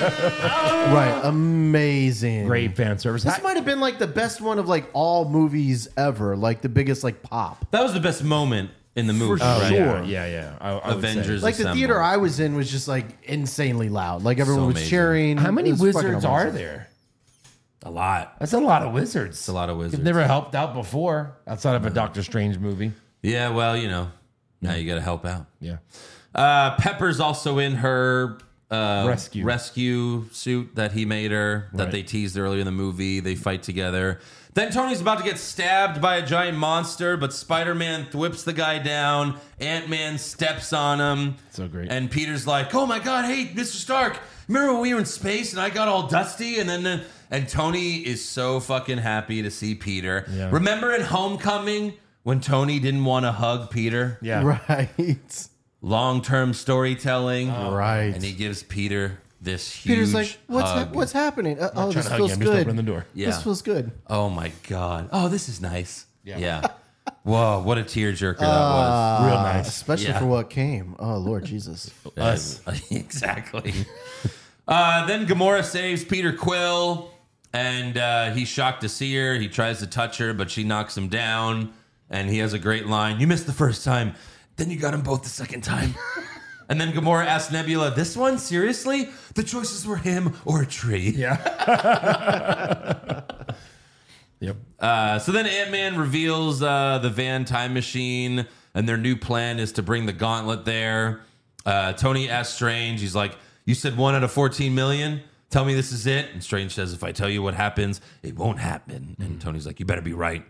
Right. Amazing.
Great fan service.
This might have been like the best one of like all movies ever, like the biggest like pop.
that was the best moment in the movie. right?
sure.
Oh, Yeah, yeah, yeah. I, I would say.
Avengers.
Like the
Assemble.
theater I was in was just like insanely loud. Like everyone
So
was
amazing.
cheering.
How many
It was fucking
wizards are
amazing.
there?
a lot.
That's a lot of wizards.
It's a lot of
They've
wizards.
never helped out before outside of a Doctor Strange movie.
yeah, well, you know, now you got to help out.
Yeah.
Uh, Pepper's also in her uh,
Rescue.
rescue suit that he made her, that
Right.
they teased earlier in the movie. They fight together. Then Tony's about to get stabbed by a giant monster, but Spider Man thwips the guy down. Ant Man steps on him.
So great.
And Peter's like, oh my God, hey, Mr. Stark, remember when we were in space and I got all dusty? And then, uh, and Tony is so fucking happy to see Peter.
Yeah.
Remember in Homecoming when Tony didn't want to hug Peter?
Yeah.
[laughs] Right.
long term
Oh,
storytelling.
right.
Um, And he gives Peter this huge.
Peter's like, what's
hug.
hap- what's happening? Uh, oh,
Trying
this
to hug you.
feels
I'm just
good.
opening the door.
Yeah.
This feels good.
oh my God. Oh, this is nice. Yeah. Whoa, what a tearjerker that
Uh,
was.
Real nice.
Especially
Yeah.
for what came. Oh Lord Jesus. [laughs]
Us.
[laughs] exactly. uh, then Gamora saves Peter Quill, and uh, he's shocked to see her. He tries to touch her, but she knocks him down. And he has a great line You missed the first time, then you got him both the second time. [laughs] and then Gamora asks Nebula, This one? Seriously? The choices were him or a tree.
Yep.
Uh, so then Ant Man reveals uh, the van time machine, and their new plan is to bring the gauntlet there. Uh, Tony asks Strange, he's like, You said one out of 14 million? Tell me this is it. And Strange says, If I tell you what happens, it won't happen. And Tony's like, You better be right.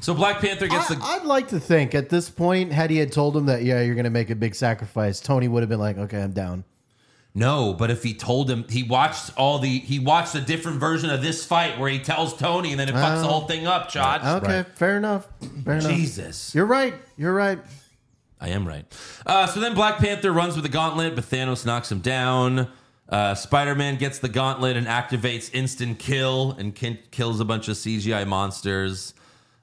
So Black Panther gets the.
I, would like to think at this point, had he had told him that, yeah, you're going to make a big sacrifice, Tony would have been like, okay, I'm down.
No, but if he told him, he watched all the. He watched a different version of this fight where he tells Tony and then it fucks the whole thing up, Chad.
Okay, fair enough. Fair enough.
Jesus.
You're right. You're right.
I am right. Uh, so then Black Panther runs with the gauntlet, but Thanos knocks him down. Uh, Spider Man gets the gauntlet and activates instant kill and kin- kills a bunch of CGI monsters.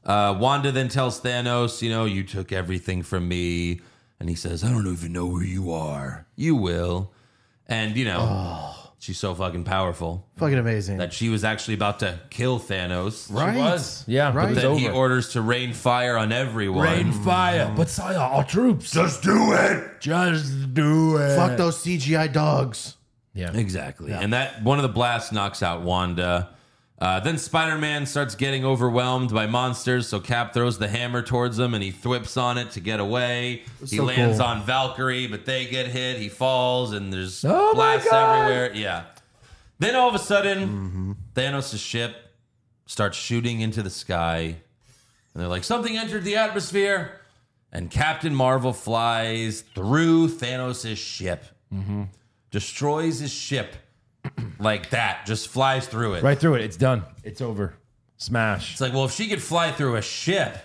Uh, Wanda then tells Thanos, You know, you took everything from me. And he says, I don't even know where you are. You will. And, you know,
Oh.
she's so fucking powerful
Fucking amazing.
that she was actually about to kill Thanos.
right.
It was. Yeah.
Right.
It was
Then he
over.
orders to rain fire on everyone.
fire. But sire, our troops. Just
do it.
just do it.
Fuck those CGI dogs.
Yeah.
Exactly. And that one of the blasts knocks out Wanda. Uh, then Spider Man starts getting overwhelmed by monsters, so Cap throws the hammer towards him and he thwips on it to get away. He
so
lands
cool.
on Valkyrie, but they get hit. He falls, and there's
Oh my
blasts
God. Mm-hmm.
everywhere. Yeah. Then all of a sudden, Thanos' ship starts shooting into the sky, and they're like, something entered the atmosphere. And Captain Marvel flies through Thanos' ship,
Mm-hmm.
destroys his ship [clears throat] like that, just flies through it.
Right through it. It's done. It's over. Smash.
It's like, well, if she could fly through a ship,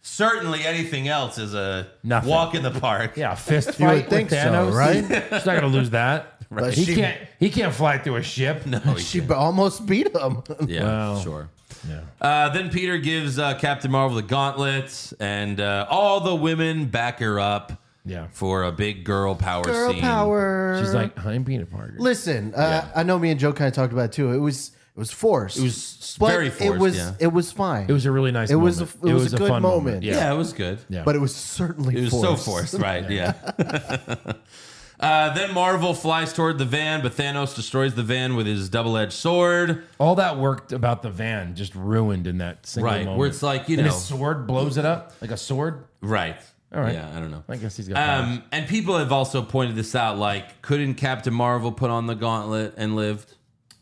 certainly anything else is a
Nothing.
walk in the park. [laughs]
Yeah, fist
You
fight
would think
with
so,
Thanos.
[laughs] right?
She's not gonna lose
[laughs]
that.
But
He
she-
can't. He can't fly through a ship. No. [laughs]
She b- almost beat him.
Yeah,
Wow.
sure.
Yeah.
Uh, then Peter gives uh, Captain Marvel the gauntlet, and uh, all the women back her up
Yeah.
for a big girl power
Girl
scene.
power.
She's like, I'm Peanut Parker.
Listen, uh, I know me and Joe kind of talked about it too. It was it was forced. It
was
but
very
It
forced,
was
yeah.
it was fine.
It was a really nice.
It was a-
moment.
it was a good
fun
moment.
Yeah.
Yeah, it was good.
Yeah.
but it was certainly
It was
forced.
so forced, right? [laughs] Yeah. uh, then Marvel flies toward the van, but Thanos destroys the van with his double-edged sword.
All that worked about the van just ruined in that single
Right,
moment.
where it's like, you
and
know-
his sword blows it up like a sword.
Right.
All right.
Yeah, I don't know.
I guess he's got. powers.
Um, and people have also pointed this out. Like, couldn't Captain Marvel put on the gauntlet and lived?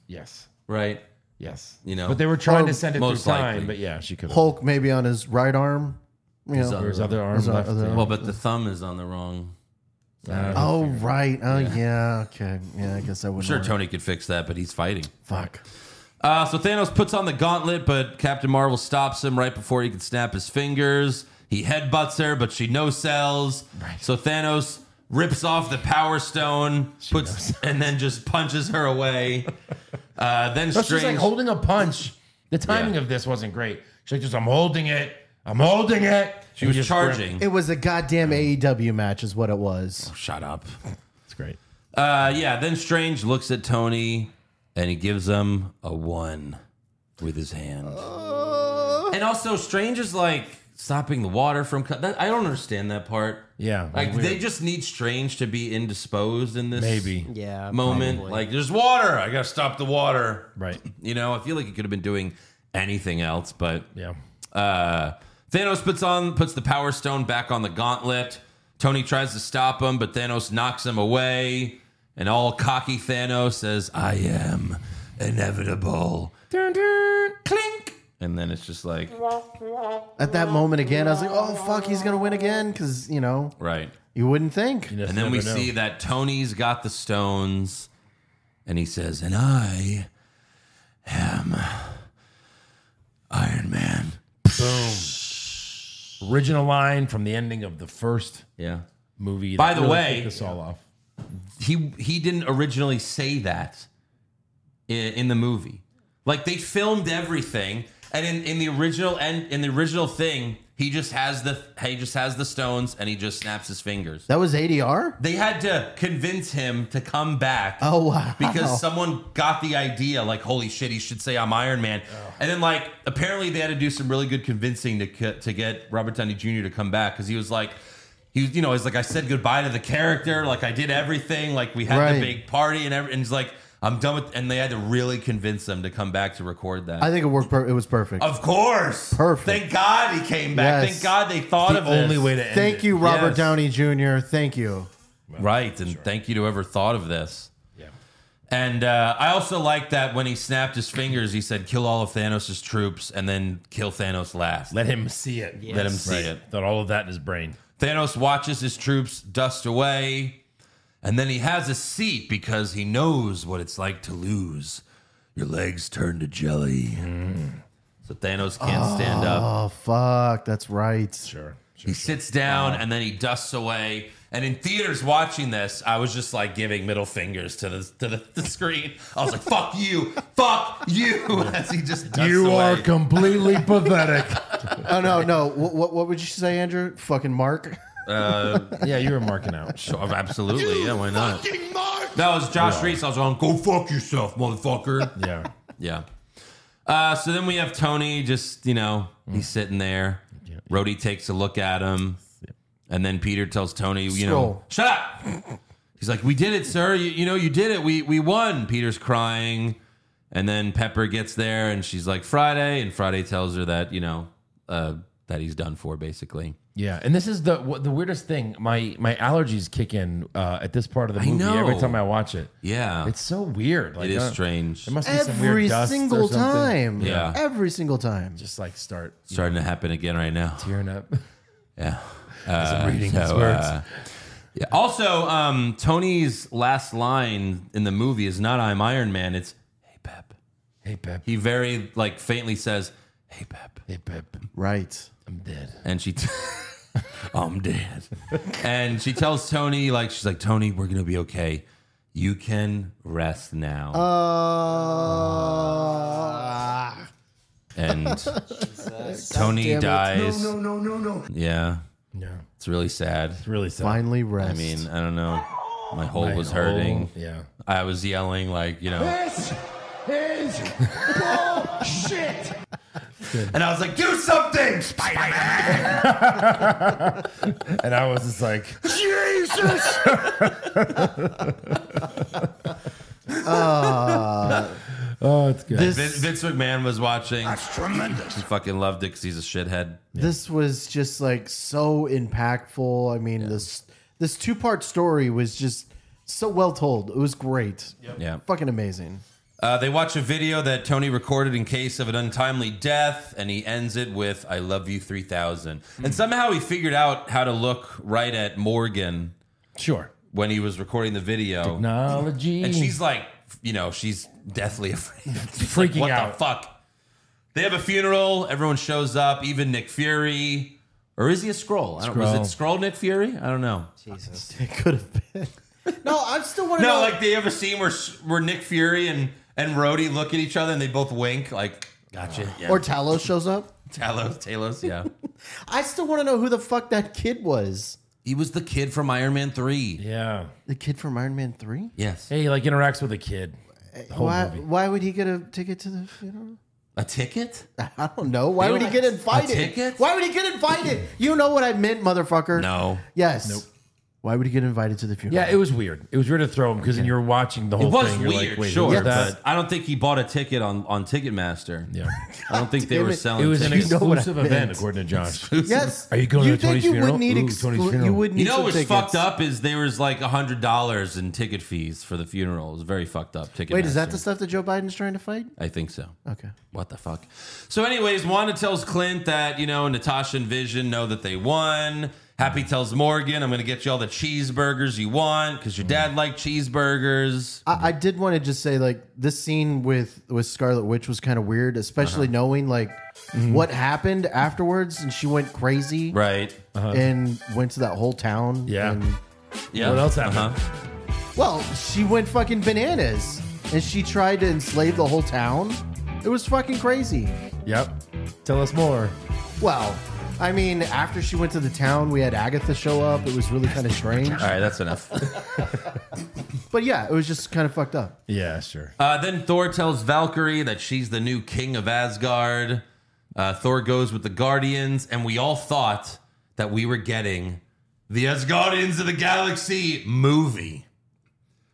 yes.
Right.
Yes.
You know,
But they were trying
Or
to send it through
most
time.
likely.
But yeah, she could. Or
Hulk maybe on his right arm. You know.
his other arm
His
left.
other
yeah.
arm.
Well, but the thumb is on the wrong.
oh right. Oh yeah. Okay. Yeah. I guess I would.
Sure, Tony could fix that, but he's fighting.
Fuck.
Uh, so Thanos puts on the gauntlet, but Captain Marvel stops him right before he can snap his fingers. He headbutts her, but she no sells. So Thanos rips off the power stone, puts [laughs] and then just punches her away. Uh, then
So
strange.
she's like holding a punch. The timing
Yeah.
of this wasn't great. She's like, just I'm holding it. I'm holding it.
she was charging.
It was a goddamn AEW match, is what it was.
Shut up.
It's great.
Uh, yeah. Then Strange looks at Tony, and he gives him a one with his hand. and also, Strange is like stopping the water from. Co- that, I don't understand that part.
Yeah.
Like
weird.
they just need Strange to be indisposed in this
maybe.
Yeah.
moment.
probably.
Like there's water. I gotta stop the water.
Right.
You know, I feel like he could have been doing anything else, but
Yeah.
uh Thanos puts on puts the power stone back on the gauntlet. Tony tries to stop him, but Thanos knocks him away. And all cocky Thanos says, I am inevitable.
Dun, dun.
Clink. And then it's just like,
At that moment again, I was like, oh fuck, he's gonna win again, because you know
right.
you wouldn't think.
You just
And then
never
we
know.
see that Tony's got the stones, and he says, "And I am Iron Man."
original line from the ending of the first
Yeah.
movie.
By
that
the
really
way-
kicked us all off.
He he didn't originally say that i- in, the movie. Like they filmed everything, and in, in the original and in the original thing, he just has the he just has the stones, and he just snaps his fingers.
That was ADR.
They had to convince him to come back.
Oh wow.
because someone got the idea like holy shit he should say i'm iron man
Oh.
and then like apparently they had to do some really good convincing to c- to get robert downey jr to come back because he was like he was you know he's like i said goodbye to the character like i did everything like we had the
Right.
big party and, every, and he's like i'm done with and they had to really convince him to come back to record that
I think it worked. Per- it was perfect.
of course
Perfect.
thank god he came back
Yes.
thank god they thought of
Only
this.
way to end
Thank
it.
you, Robert
Yes.
Downey Jr. Thank you.
Right, and thank you to whoever thought of this. Yeah. And uh, I also like that when he snapped his fingers, he said, "Kill all of Thanos' troops, and then kill Thanos last." Let,
Let him see it. Let
him see it.
Got all of that in his brain.
Thanos watches his troops dust away, and then he has a seat because he knows what it's like to lose. Your legs turn to jelly. So Thanos can't stand up.
Oh fuck, that's right. Sure.
He sits down and then he dusts away. And in theaters watching this, I was just like giving middle fingers to the to the, [laughs] the screen. I was like, "Fuck you, fuck you!" [laughs] As he just dusts
You
away.
are completely pathetic.
Oh no, no. What, what what would you say, Andrew? Fucking Mark. [laughs]
yeah, you were marking out.
Sure, absolutely, yeah. Why not? That was Josh Reese. I was on. Go fuck yourself, motherfucker.
Yeah.
yeah. Uh, so then we have Tony. Just you know,
Mm.
he's sitting there. Rhodey takes a look at him, and then Peter tells Tony, "You know,
Scroll.
shut up." He's like, "We did it, sir. You, you know, you did it. We we won." Peter's crying, and then Pepper gets there, and she's like, "Friday," and Friday tells her that you know uh, that he's done for, basically.
Yeah, and this is the wh- the weirdest thing. My my allergies kick in uh, at this part of the movie
know.
every time I watch it.
Yeah,
It's so weird. Like,
it is
uh,
strange.
There must be some weird
Every
dust or
single
something.
time.
Yeah.
Every single time.
Just like start
Starting to happen again right now.
tearing up. [laughs]
Yeah.
I'm reading
so,
these words.
uh, yeah. Also, um, Tony's last line in the movie is not "I'm Iron Man." It's "Hey Pep."
hey Pep.
He very like faintly says "Hey Pep,"
Hey Pep.
Right.
I'm dead.
and she, t- [laughs] I'm dead, and she tells Tony like she's like Tony, we're gonna be okay. You can rest now.
Uh,
and Tony
God damn it.
dies.
No, no, no, no.
Yeah,
No.
it's really sad.
It's really sad.
finally rest.
I mean, I don't know. My hole
I
was
know.
hurting.
Yeah.
I was yelling like you know.
This is bullshit.
And I was like, do something, Spider-Man.
And I was just like, [laughs]
Jesus.
Oh, it's good.
This,
Vin- Vince McMahon was watching.
That's tremendous.
He fucking loved it because he's a shithead.
this was just like so impactful. I mean, this this two part story was just so well told. It was great.
Yeah.
Fucking amazing.
Uh, they watch a video that Tony recorded in case of an untimely death, and he ends it with "I love you 3000." And somehow he figured out how to look right at Morgan
sure.
when he was recording the video.
Technology.
And she's like, you know, she's deathly [laughs] afraid. She's like,
Freaking
what
out.
the fuck? They have a funeral. Everyone shows up, even Nick Fury. Or is he a scroll? I don't, was
Skrull.
it scroll Nick Fury? I don't know.
[laughs] It could have been. No, I still want to
No,
know.
like they have a scene where where Nick Fury and and Rhodey look at each other and they both wink, like gotcha. Yeah.
or Talos shows up.
Talos, Talos, yeah. [laughs]
I still want to know who the fuck that kid was.
he was the kid from Iron Man Three.
yeah.
The kid from Iron Man Three.
Yes,
Hey, he, like interacts with a kid.
Why? Why would he get a ticket to the funeral?
a ticket.
I don't know. Why would he
don't
get
have a
invited?
ticket?
Why would he get invited? You know what I meant, motherfucker.
No,
Yes. Why would he get invited to the funeral?
Yeah, it was weird. It was weird to throw him because then you're watching the
it
whole
was
thing. You're like,
weird.
wait, who
sure,
was that?
but I don't think he bought a ticket on on Ticketmaster.
[laughs] Yeah.
I don't think they
damn
were
it.
selling.
It was an
tickets.
You know what I
exclusive event,
meant.
according to Josh.
Yes.
Are you going
you
to Tony's
think you
funeral?
Would need
Ooh,
exclu-
Tony's funeral.
You would need
You know
some
what was
tickets.
fucked up is there was like hundred dollars in ticket fees for the funeral. It was very fucked up. Ticket.
Wait, is that the stuff that Joe Biden's trying to fight?
I think so.
Okay.
What the fuck? So, anyways, Wanda tells Clint that, you know, Natasha and Vision know that they won. Happy tells Morgan, I'm going to get you all the cheeseburgers you want because your
Mm.
dad liked cheeseburgers.
I, I did want to just say like this scene with with Scarlet Witch was kind of weird, especially knowing like what happened afterwards, and she went crazy
Right.
Uh, and went to that whole town.
Yeah.
and-
Yeah. Uh-huh.
What else happened?
well, she went fucking bananas, and she tried to enslave the whole town. It was fucking crazy.
Yep. Tell us more.
Well, I mean, after she went to the town, we had Agatha show up. It was really kind of strange,
All right, that's enough. [laughs]
but yeah, it was just kind of fucked up.
Yeah, sure.
Uh, then Thor tells Valkyrie that she's the new king of Asgard. Uh, Thor goes with the Guardians, and we all thought that we were getting the Asgardians of the Galaxy movie.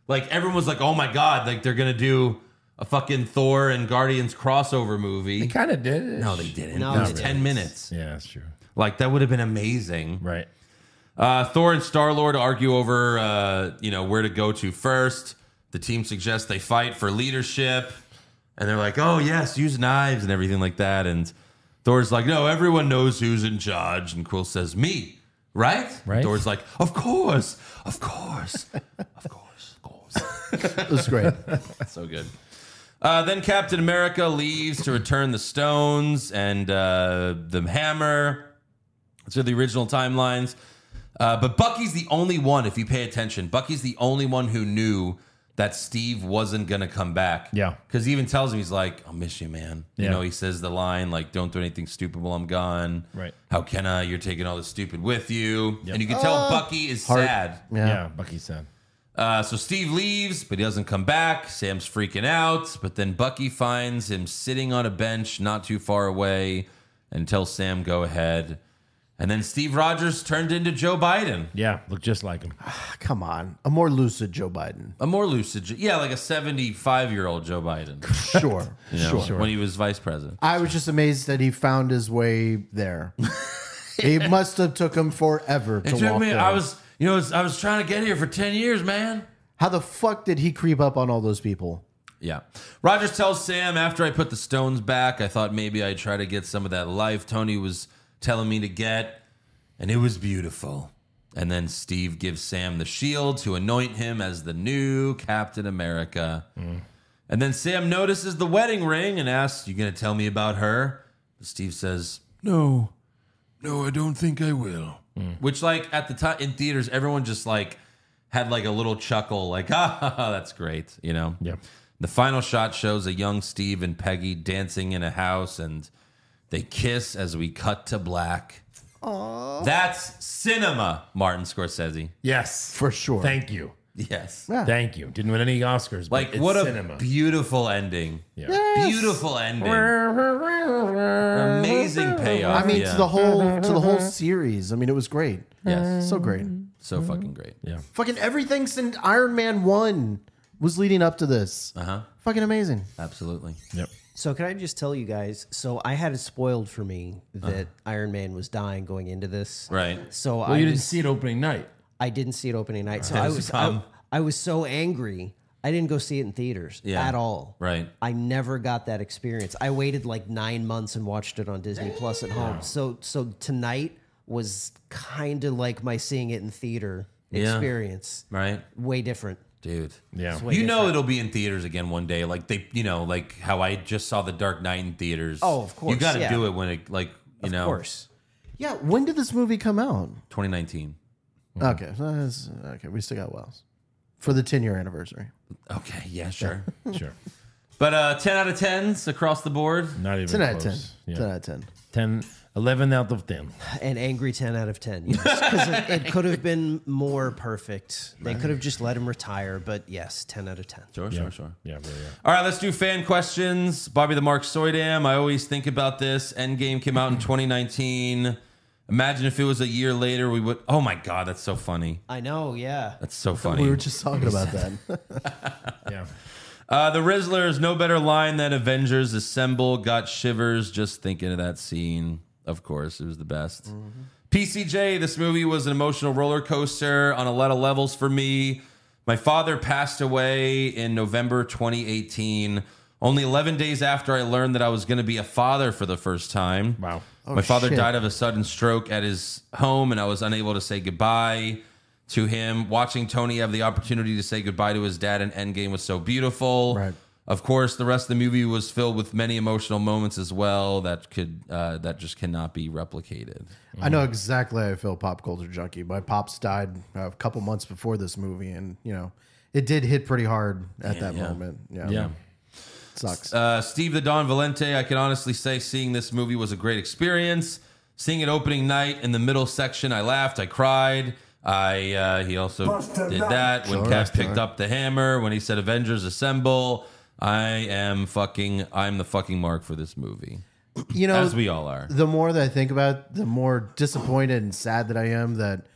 Like everyone was like, "Oh my god!" Like they're gonna do a fucking Thor and Guardians crossover movie.
Kind of did. it.
No, they didn't.
No,
it was
they
ten minutes.
Yeah, that's true.
Like that would have been amazing.
Right.
Uh, Thor and Star Lord argue over, uh, you know, where to go to first. The team suggests they fight for leadership, and they're like, "Oh yes, use knives and everything like that." And Thor's like, "No, everyone knows who's in charge." And Quill says, "Me, right?"
Right.
And Thor's like, "Of course, of course, of course, of course."
It was great.
so good. Uh, then Captain America leaves to return the stones and uh, the hammer to the original timelines. Uh, but Bucky's the only one, if you pay attention, Bucky's the only one who knew that Steve wasn't going to come back.
Yeah.
Because he even tells him, he's like, I'll miss you, man. You
Yeah.
know, he says the line, like, don't do anything stupid while I'm gone.
Right.
How can I? You're taking all the stupid with you. And you can tell Bucky is sad.
Yeah,
Yeah.
Bucky said.
Uh, so Steve leaves, but he doesn't come back. Sam's freaking out, but then Bucky finds him sitting on a bench not too far away and tells Sam, go ahead. And then Steve Rogers turned into Joe Biden.
Yeah, look just like him.
[laughs] Come on, a more lucid Joe Biden.
A more lucid, yeah, like a 75 year old Joe Biden.
[laughs] Sure,
you know, When he was vice president.
I was just amazed that he found his way [laughs] there. It must have took him forever to
It
walk
took me,
there.
I was, you know, I was trying to get here for 10 years, man.
How the fuck did he creep up on all those people?
Yeah. Rogers tells Sam, after I put the stones back, I thought maybe I'd try to get some of that life Tony was telling me to get, and it was beautiful. And then Steve gives Sam the shield to anoint him as the new Captain America. And then Sam notices the wedding ring and asks, You gonna tell me about her? But Steve says, No. No, I don't think I will. Which, like, at the time in theaters, everyone just like had like a little chuckle, like, [laughs] ah, that's great, you know?
Yeah.
The final shot shows a young Steve and Peggy dancing in a house and they kiss as we cut to black. That's cinema, Martin Scorsese.
Yes.
For sure.
Thank you.
Yes.
Thank you. Didn't win any Oscars. but
Like,
it's
what a
cinema.
beautiful ending.
Yeah.
Beautiful ending. Amazing payoff.
I mean,
yeah.
to the whole to the whole series. I mean, it was great.
Yes.
So great.
So fucking great.
Fucking everything since Iron Man one was leading up to this. Uh
Uh-huh.
huh. Fucking amazing.
Absolutely.
So can I just tell you guys? So I had it spoiled for me that Iron Man was dying going into this.
Uh-huh. Right.
So
Well,
I
you
was-
didn't see it opening night.
I didn't see it opening night. So
That
I
is
was
a
I,
problem.
I was so angry. I didn't go see it in theaters
Yeah.
at all.
Right.
I never got that experience. I waited like nine months and watched it on Disney Plus at home. So so tonight was kind of like my seeing it in theater
Yeah.
experience.
Right.
Way different.
Dude.
Yeah.
Way
you know
different.
it'll be in theaters again one day. Like they, you know, like how I just saw The Dark Knight in theaters.
Oh, of course,
You got to
yeah.
do it when it, like, you know,
Of course.
Yeah. When did this movie come out?
2019.
Okay. so that's- okay. We still got Wells for the 10 year anniversary.
Okay.
[laughs]
Yeah. Sure.
Sure.
but uh, 10 out of 10s across the board.
Not even
10 out of 10.
close. Yeah.
10 out of 10.
10, 11 out of 10.
An angry ten out of ten. Yes. 'Cause it, it could have been more perfect. They could have just let him retire, but yes, ten out of ten.
Sure. Sure. Sure.
Yeah, really. Yeah.
[laughs] All right, let's do fan questions. Bobby the Mark Soydam. I always think about this. Endgame came
[laughs]
out in 2019. Imagine if it was a year later, we would. Oh my God, that's so funny.
I know, yeah.
That's so funny.
We were just talking about that.
[laughs]
yeah.
Uh, the Rizzlers, no better line than Avengers Assemble. Got shivers just thinking of that scene. Of course, it was the best. PCJ, this movie was an emotional roller coaster on a lot of levels for me. My father passed away in November 2018, only 11 days after I learned that I was going to be a father for the first time.
Wow.
My father
shit.
died of a sudden stroke at his home, and I was unable to say goodbye to him. Watching Tony have the opportunity to say goodbye to his dad in Endgame was so beautiful.
Right.
Of course, the rest of the movie was filled with many emotional moments as well that could uh, that just cannot be replicated.
I know exactly how I feel pop culture junkie. My pops died uh, a couple months before this movie, and you know, it did hit pretty hard at that moment. Yeah,
Yeah.
sucks.
Uh, Steve the Don Valente, I can honestly say seeing this movie was a great experience. Seeing it opening night in the middle section, I laughed, I cried. I uh, he also
Buster
did
Rhymes.
that when Cass picked up the hammer when he said Avengers Assemble. I am fucking I'm the fucking mark for this movie
you know,
as we all are.
the more that I think about it, the more disappointed and sad that I am that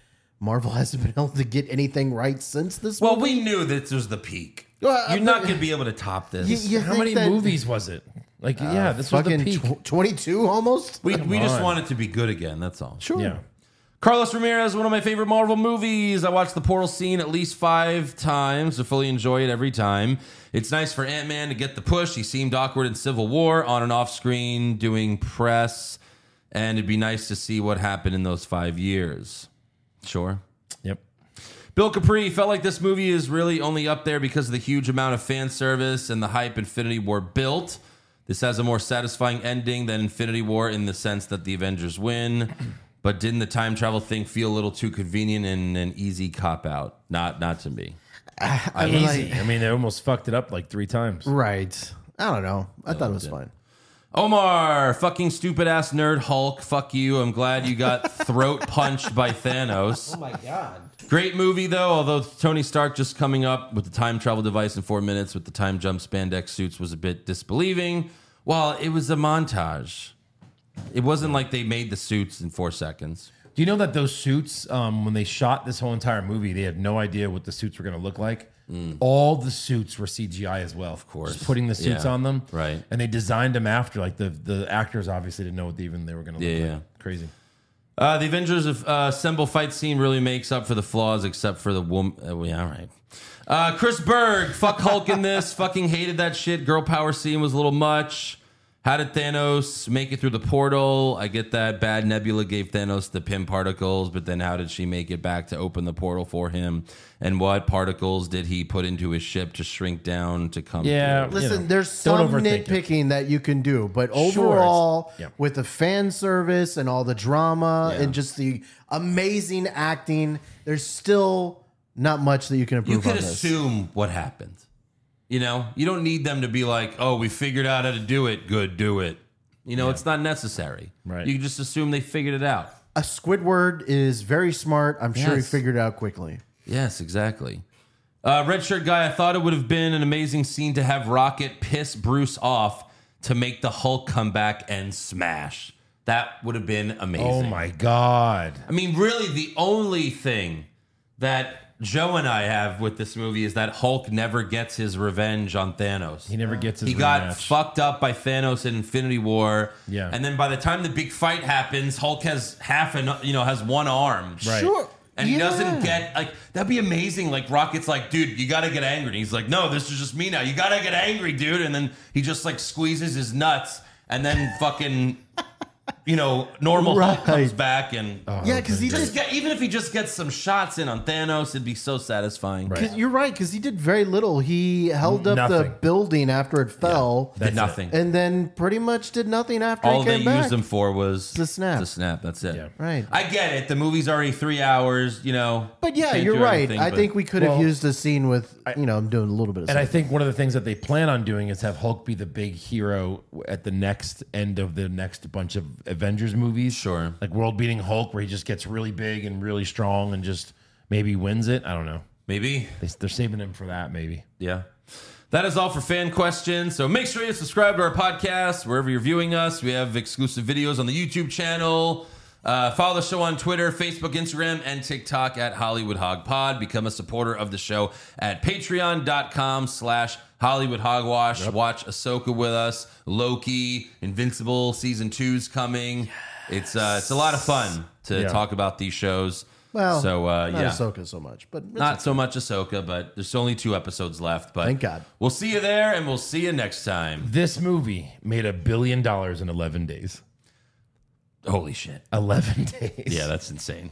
Marvel [laughs] hasn't been able to get anything right since this.
Well,
movie.
we knew this was the peak.
Well, I-
You're not going to be able to top this.
You- you
How
think
many
that-
movies was it? Like, yeah, this was the
Fucking
peak.
tw- twenty-two almost.
we we just
on.
want it to be good again. That's all.
Sure.
Yeah.
Carlos Ramirez, one of my favorite Marvel movies. I watched the Portal scene at least five times to fully enjoy it every time. It's nice for Ant Man to get the push. He seemed awkward in Civil War, on and off screen, doing press, and it'd be nice to see what happened in those five years. Sure.
Yep.
Bill Capri felt like this movie is really only up there because of the huge amount of fan service and the hype Infinity War built. This has a more satisfying ending than Infinity War in the sense that the Avengers win. [clears throat] But didn't the time travel thing feel a little too convenient and an easy cop out? Not not to me.
I mean,
Easy. I mean, they almost fucked it up like three times.
right. I don't know. I thought it was fine.
Omar, fucking stupid ass nerd Hulk, fuck you. I'm glad you got throat punched by Thanos.
Oh my god.
Great movie though, although Tony Stark just coming up with the time travel device in four minutes with the time jump spandex suits was a bit disbelieving. Well, it was a montage. It wasn't like they made the suits in four seconds.
Do you know that those suits, um, when they shot this whole entire movie, they had no idea what the suits were going to look like. All the suits were CGI as well, Mm. of
course.
Just putting the suits
Yeah.
on them,
Right.
And they designed them after, like the the actors obviously didn't know what they even they were going to look
Yeah,
like.
yeah.
Crazy.
Uh, the Avengers of, uh, Assemble fight scene really makes up for the flaws, except for the woman. Uh, well, yeah, all right. Uh, Chris Berg, fuck Hulk in this. Fucking hated that shit. Girl power scene was a little much. How did Thanos make it through the portal? I get that. Bad Nebula gave Thanos the pin particles, but then how did she make it back to open the portal for him? And what particles did he put into his ship to shrink down to come?
Yeah.
through?
you
Listen,
know,
there's
don't
some
overthink it.
nitpicking that you can do, but
it's-
overall,
yeah.
with the fan service and all the drama and just the amazing acting, there's still not much that you can improve
you could
on this.
assume what happened. You know, you don't need them to be like, "Oh, we figured out how to do it. Good, do it." You know, it's not necessary.
Right.
You can just assume they figured it out.
A Squidward is very smart. I'm sure he
Yes.
figured it out quickly.
Yes, exactly. Uh, red shirt guy, I thought it would have been an amazing scene to have Rocket piss Bruce off to make the Hulk come back and smash. That would have been amazing.
Oh my god!
I mean, really, the only thing that Joe and I have with this movie is that Hulk never gets his revenge on Thanos.
He never gets his
He got
rematch.
fucked up by Thanos in Infinity War.
Yeah.
And then by the time the big fight happens, Hulk has half an you know has one arm.
Right.
Sure.
And he
Yeah.
doesn't get like that'd be amazing. Like Rocket's like, dude, you gotta get angry. And he's like, no, this is just me now. You gotta get angry, dude. And then he just like squeezes his nuts, and then fucking, you know, normal Hulk comes
Right.
back and
Oh.
Yeah, because he
just
just.
get, even if he just gets some shots in on Thanos, it'd be so satisfying.
Cause you're right, because he did very little. He held up the
Nothing.
building after it fell,
Did nothing.
and then pretty much did nothing after
All
he
they
came back.
used him for was
The snap.
The snap. That's it.
Yeah.
Right.
I get it. The movie's already three hours. You know.
But yeah,
can't
you're
do
right.
everything,
I
but-
think we could have
Well,
used a scene with you know I'm doing a little bit of.
And I
something.
think one of the things that they plan on doing is have Hulk be the big hero at the next end of the next bunch of Avengers movies.
Sure.
Like world beating Hulk, where he just gets really big and really strong and just maybe wins it. I don't know.
maybe.
They, they're saving him for that, maybe.
Yeah. That is all for fan questions. So make sure you subscribe to our podcast wherever you're viewing us. We have exclusive videos on the YouTube channel. Uh, follow the show on Twitter, Facebook, Instagram, and TikTok at Hollywood Hog Pod. Become a supporter of the show at patreon.com slash Hollywood Hogwash. Watch Ahsoka with us, Loki, Invincible Season 2's coming. It's uh, it's a lot of fun to
Yeah.
talk about these shows.
well,
so uh,
not
yeah.
Ahsoka so much, but it's
Not so much Ahsoka, but there's only two episodes left. But
Thank God.
We'll see you there, and we'll see you next time.
This movie made a billion dollars in 11 days. [laughs]
Holy shit!
11 days.
Yeah, that's insane.